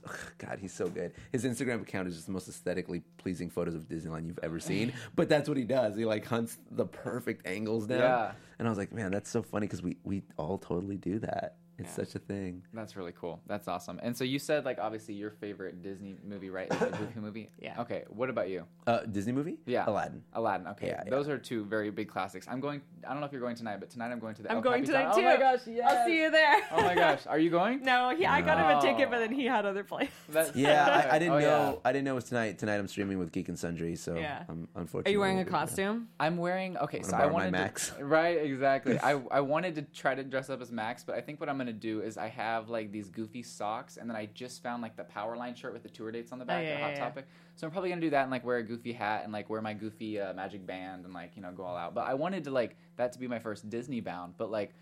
C: photos. God, he's so good. His Instagram account is just the most aesthetically pleasing photos of Disneyland you've ever seen. but that's what he does. He like hunts the perfect angles down.
A: Yeah.
C: And I was like, man, that's so funny because we we all totally do that. It's such a thing.
A: That's really cool. That's awesome. And so you said like obviously your favorite Disney movie, right? Is the Boo-Hoo movie.
D: Yeah.
A: Okay. What about you?
C: Uh, Disney movie?
A: Yeah.
C: Aladdin.
A: Aladdin. Okay.
C: Yeah, yeah.
A: Those are two very big classics. I'm going. I don't know if you're going tonight, but tonight I'm going to the.
D: I'm
A: El
D: going
A: Capitan.
D: tonight too.
A: Oh my gosh! Yes.
D: I'll see you there.
A: Oh my gosh! Are you going?
D: No, he, I got him a ticket,
A: Oh.
D: but then he had other plans.
A: That's
C: Yeah, I, I didn't
A: Oh, yeah.
C: know. I didn't know it was tonight. Tonight I'm streaming with Geek and Sundry, so
D: Yeah.
C: I'm unfortunately.
D: Are you wearing a costume?
A: I'm wearing okay. so I
C: borrow my
A: wanted
C: Max?
A: To, right, exactly. I I wanted to try to dress up as Max, but I think what I'm gonna do is I have like these goofy socks, and then I just found like the Power Line shirt with the tour dates on the back,
D: Oh, yeah,
A: the Hot
D: yeah, yeah.
A: Topic. So I'm probably gonna do that and like wear a goofy hat and like wear my goofy uh, magic band and like you know go all out. But I wanted to like that to be my first Disney bound, but like.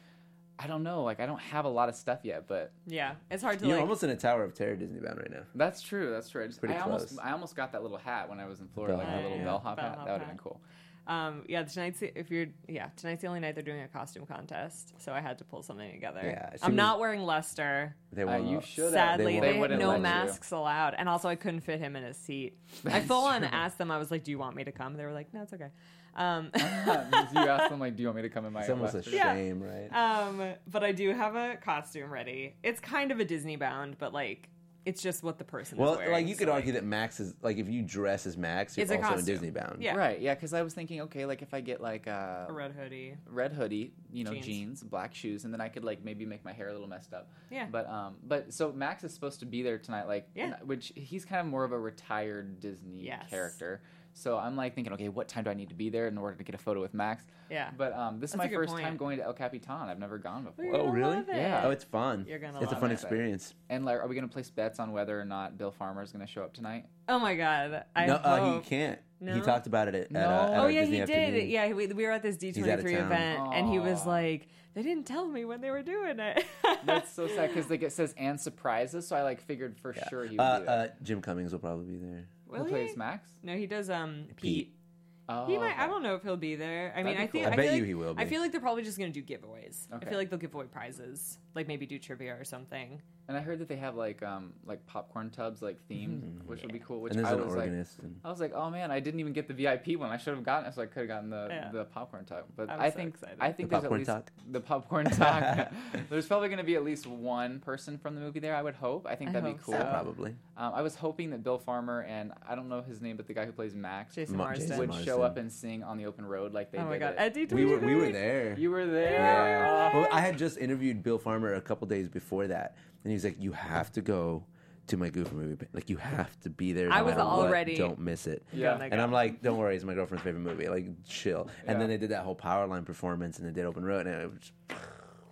A: I don't know. Like I don't have a lot of stuff yet, but
D: Yeah, it's hard to
C: You're
D: like.
C: almost in a Tower of Terror Disney bound right now.
A: that's true. That's true. I, just,
C: Pretty
A: I almost
C: close.
A: I almost got that little hat when I was in Florida, like that
C: Bellhop,
A: little
C: yeah.
A: bellhop, hat.
D: Bellhop
A: That would have
D: hat.
A: been cool.
D: Um, yeah, tonight's the, if you're yeah tonight's the only night they're doing a costume contest, so I had to pull something together.
C: Yeah, she
D: I'm
C: was-
D: not wearing Luster.
C: They
A: Uh,
C: will
A: you
C: not-
A: should have.
D: Sadly,
C: They
D: they,
C: won't.
A: wouldn't
D: no
A: let you.
D: masks allowed, and also I couldn't fit him in his seat. I full on asked them. I was like, "Do you want me to come?" They were like, "No, it's okay." Um,
A: you asked them like, "Do you want me to come in my?"
C: It's almost a
A: Western?"
D: Yeah.
C: shame, right?
D: um, but I do have a costume ready. It's kind of a Disney bound, but like it's just what the person. is
C: well,
D: wearing,
C: like you
D: so,
C: could argue that Max is like if you dress as Max, you're
D: It's a
C: also in
D: costume.
C: Disney bound.
D: Yeah.
A: Right, yeah, because I was thinking, okay, like if I get like a
D: a red hoodie.
A: red hoodie, you know,
D: Jeans.
A: jeans. black shoes, and then I could like maybe make my hair a little messed up.
D: Yeah.
A: But um, but so Max is supposed to be there tonight, like
D: Yeah.
A: n- which he's kind of more of a retired Disney
D: Yes.
A: character. So I'm like thinking, okay, what time do I need to be there in order to get a photo with Max?
D: Yeah.
A: But um, this
D: That's
A: is my
D: a good
A: first
D: point.
A: time going to El Capitan. I've never gone before.
D: You're
C: Oh,
D: gonna
C: really?
D: love it.
A: Yeah.
C: Oh, it's fun.
D: You're gonna
C: It's a
D: love
C: fun
D: it.
C: experience.
A: And like, are we gonna place bets on whether or not Bill Farmer is gonna show up tonight?
D: Oh my god. I
C: no,
D: hope.
C: uh, he can't. He
D: No?
C: talked about it at, at,
A: No.
C: uh, at
D: Oh
C: our
D: yeah,
C: Disney
D: he
C: afternoon.
D: did. Yeah, we, we were at this D
C: out
D: twenty
C: of
D: three
C: town.
D: event, and he was
A: Aw.
D: like, "They didn't tell me when they were doing it."
A: That's so sad because like it says and surprises, so I like figured for sure he would
C: Uh,
A: be there.
C: uh, Jim Cummings will probably be there.
A: Who
D: Will he?
A: plays Max?
D: No, he does. Um, Pete.
C: Pete.
A: Oh,
D: He might. I
A: okay.
D: don't know if he'll be there. I mean, I
A: That'd be cool.
D: think
C: I
D: I,
C: bet
D: feel
C: you
D: like-
C: he will
D: I
C: be.
D: feel like they're probably just gonna do giveaways. I
A: Okay.
D: feel like they'll give away prizes, like maybe do trivia or something.
A: And I heard that they have like um like popcorn tubs like themed, which would be cool. Which
C: Mm-hmm. And there's
A: I
C: an
A: was like,
C: organist. and
A: I was like, oh man, I didn't even get the VIP one. I should have gotten it, so I could have gotten the,
D: Yeah.
A: the popcorn talk. But
D: I'm
A: I
D: so
A: think
D: excited.
A: I think
C: The
A: there's at
C: popcorn
A: least
C: talk?
A: the popcorn talk. there's probably going to be at least one person from the movie there. I would hope. I think
D: I
A: that'd be
D: hope
A: cool.
D: so.
C: yeah, probably.
A: Um, I was hoping that Bill Farmer and I don't know his name, but the guy who plays Max
D: Jason
C: Ma-
D: Marsden.
C: Jason
A: would
C: Marsden.
A: show up and sing on the open road like they
D: oh
A: did.
D: my god,
A: it.
D: at D twenty
C: We
D: three.
C: were, we were there.
A: You were there.
C: Yeah. Well, I had just interviewed Bill Farmer a couple days before that, and he was like, "You have to go to my Goofy movie. Like, you have to be there. No
D: I was
C: matter what.
D: already-
C: Don't miss it."
A: Yeah.
D: Gonna
C: And
D: go.
C: I'm like, "Don't worry, it's my girlfriend's favorite movie. Like, chill." And then they did that whole power line performance, and they did Open Road, and it was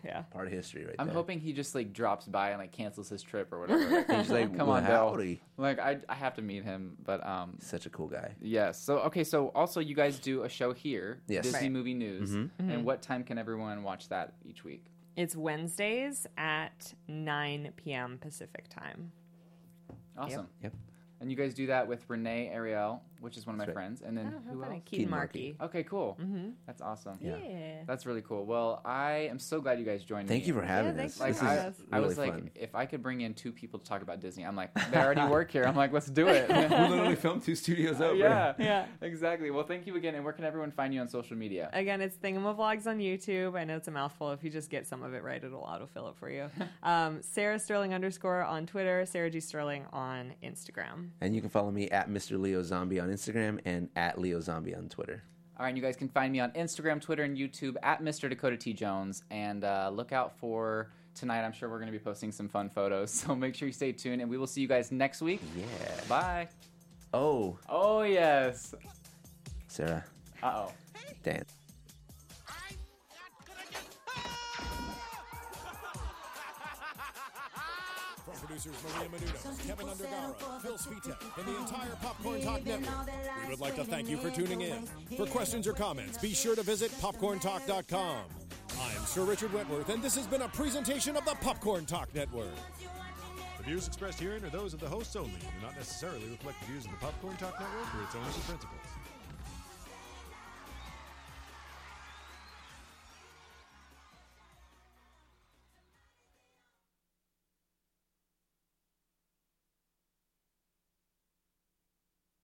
D: yeah.
C: part of history, right
A: I'm
C: there.
A: hoping he just like drops by and like cancels his trip or whatever. Like,
C: He's like,
A: Come
C: "Well,
A: on, Bill.
C: howdy."
A: Like I, I have to meet him, but um,
C: Such a cool guy.
A: yeah. So okay, so also you guys do a show here,
C: Yes. Mm-hmm.
A: Disney
C: Right.
A: Movie News,
D: Mm-hmm.
A: and what time can everyone watch that each week?
D: It's Wednesdays at nine p.m. Pacific time.
A: Awesome.
C: Yep.
A: And you guys do that with Renee Ariel, which is one of my
C: right.
A: friends, and then
D: Oh, How
A: who
D: funny.
A: else?
D: Keaton
C: Markey.
D: Markey.
A: Okay, cool. That's awesome.
D: Yeah.
A: That's really cool. Well, I am so glad you guys joined me.
C: Thank you for having
D: thanks
C: us.
D: for
A: Like
C: this
D: having
A: I,
C: is
D: us.
C: really
A: I was
C: fun.
A: like, if I could bring in two people to talk about Disney, I'm like, they already work here. I'm like, let's do it.
C: we literally filmed two studios over.
A: yeah,
D: Yeah.
A: exactly. Well, thank you again. And where can everyone find you on social media?
D: Again, it's Thingamavlogs on YouTube. I know it's a mouthful. If you just get some of it right, it'll autofill it for you. Um, Sarah Sterling underscore on Twitter, Sarah G Sterling on Instagram.
C: And you can follow me at Mr. Leo Zombie on Instagram and at Leo Zombie on Twitter.
A: All right, and you guys can find me on Instagram, Twitter, and YouTube at Mr. Dakota T Jones. And uh, look out for tonight. I'm sure we're going to be posting some fun photos. So make sure you stay tuned, and we will see you guys next week.
C: Yeah.
A: Bye.
C: Oh,
A: Oh yes.
C: Sarah,
A: Uh oh.
C: dance.
B: From producers Maria Menunos, Kevin Undergaro, Phil Svitek, and the entire Popcorn Talk Network, we would like to thank you for tuning in. For questions or comments, be sure to visit popcorntalk.com. I'm Sir Richard Wentworth, and this has been a presentation of the Popcorn Talk Network.
F: The views expressed herein are those of the hosts only and do not necessarily reflect the views of the Popcorn Talk Network or its owners and principals.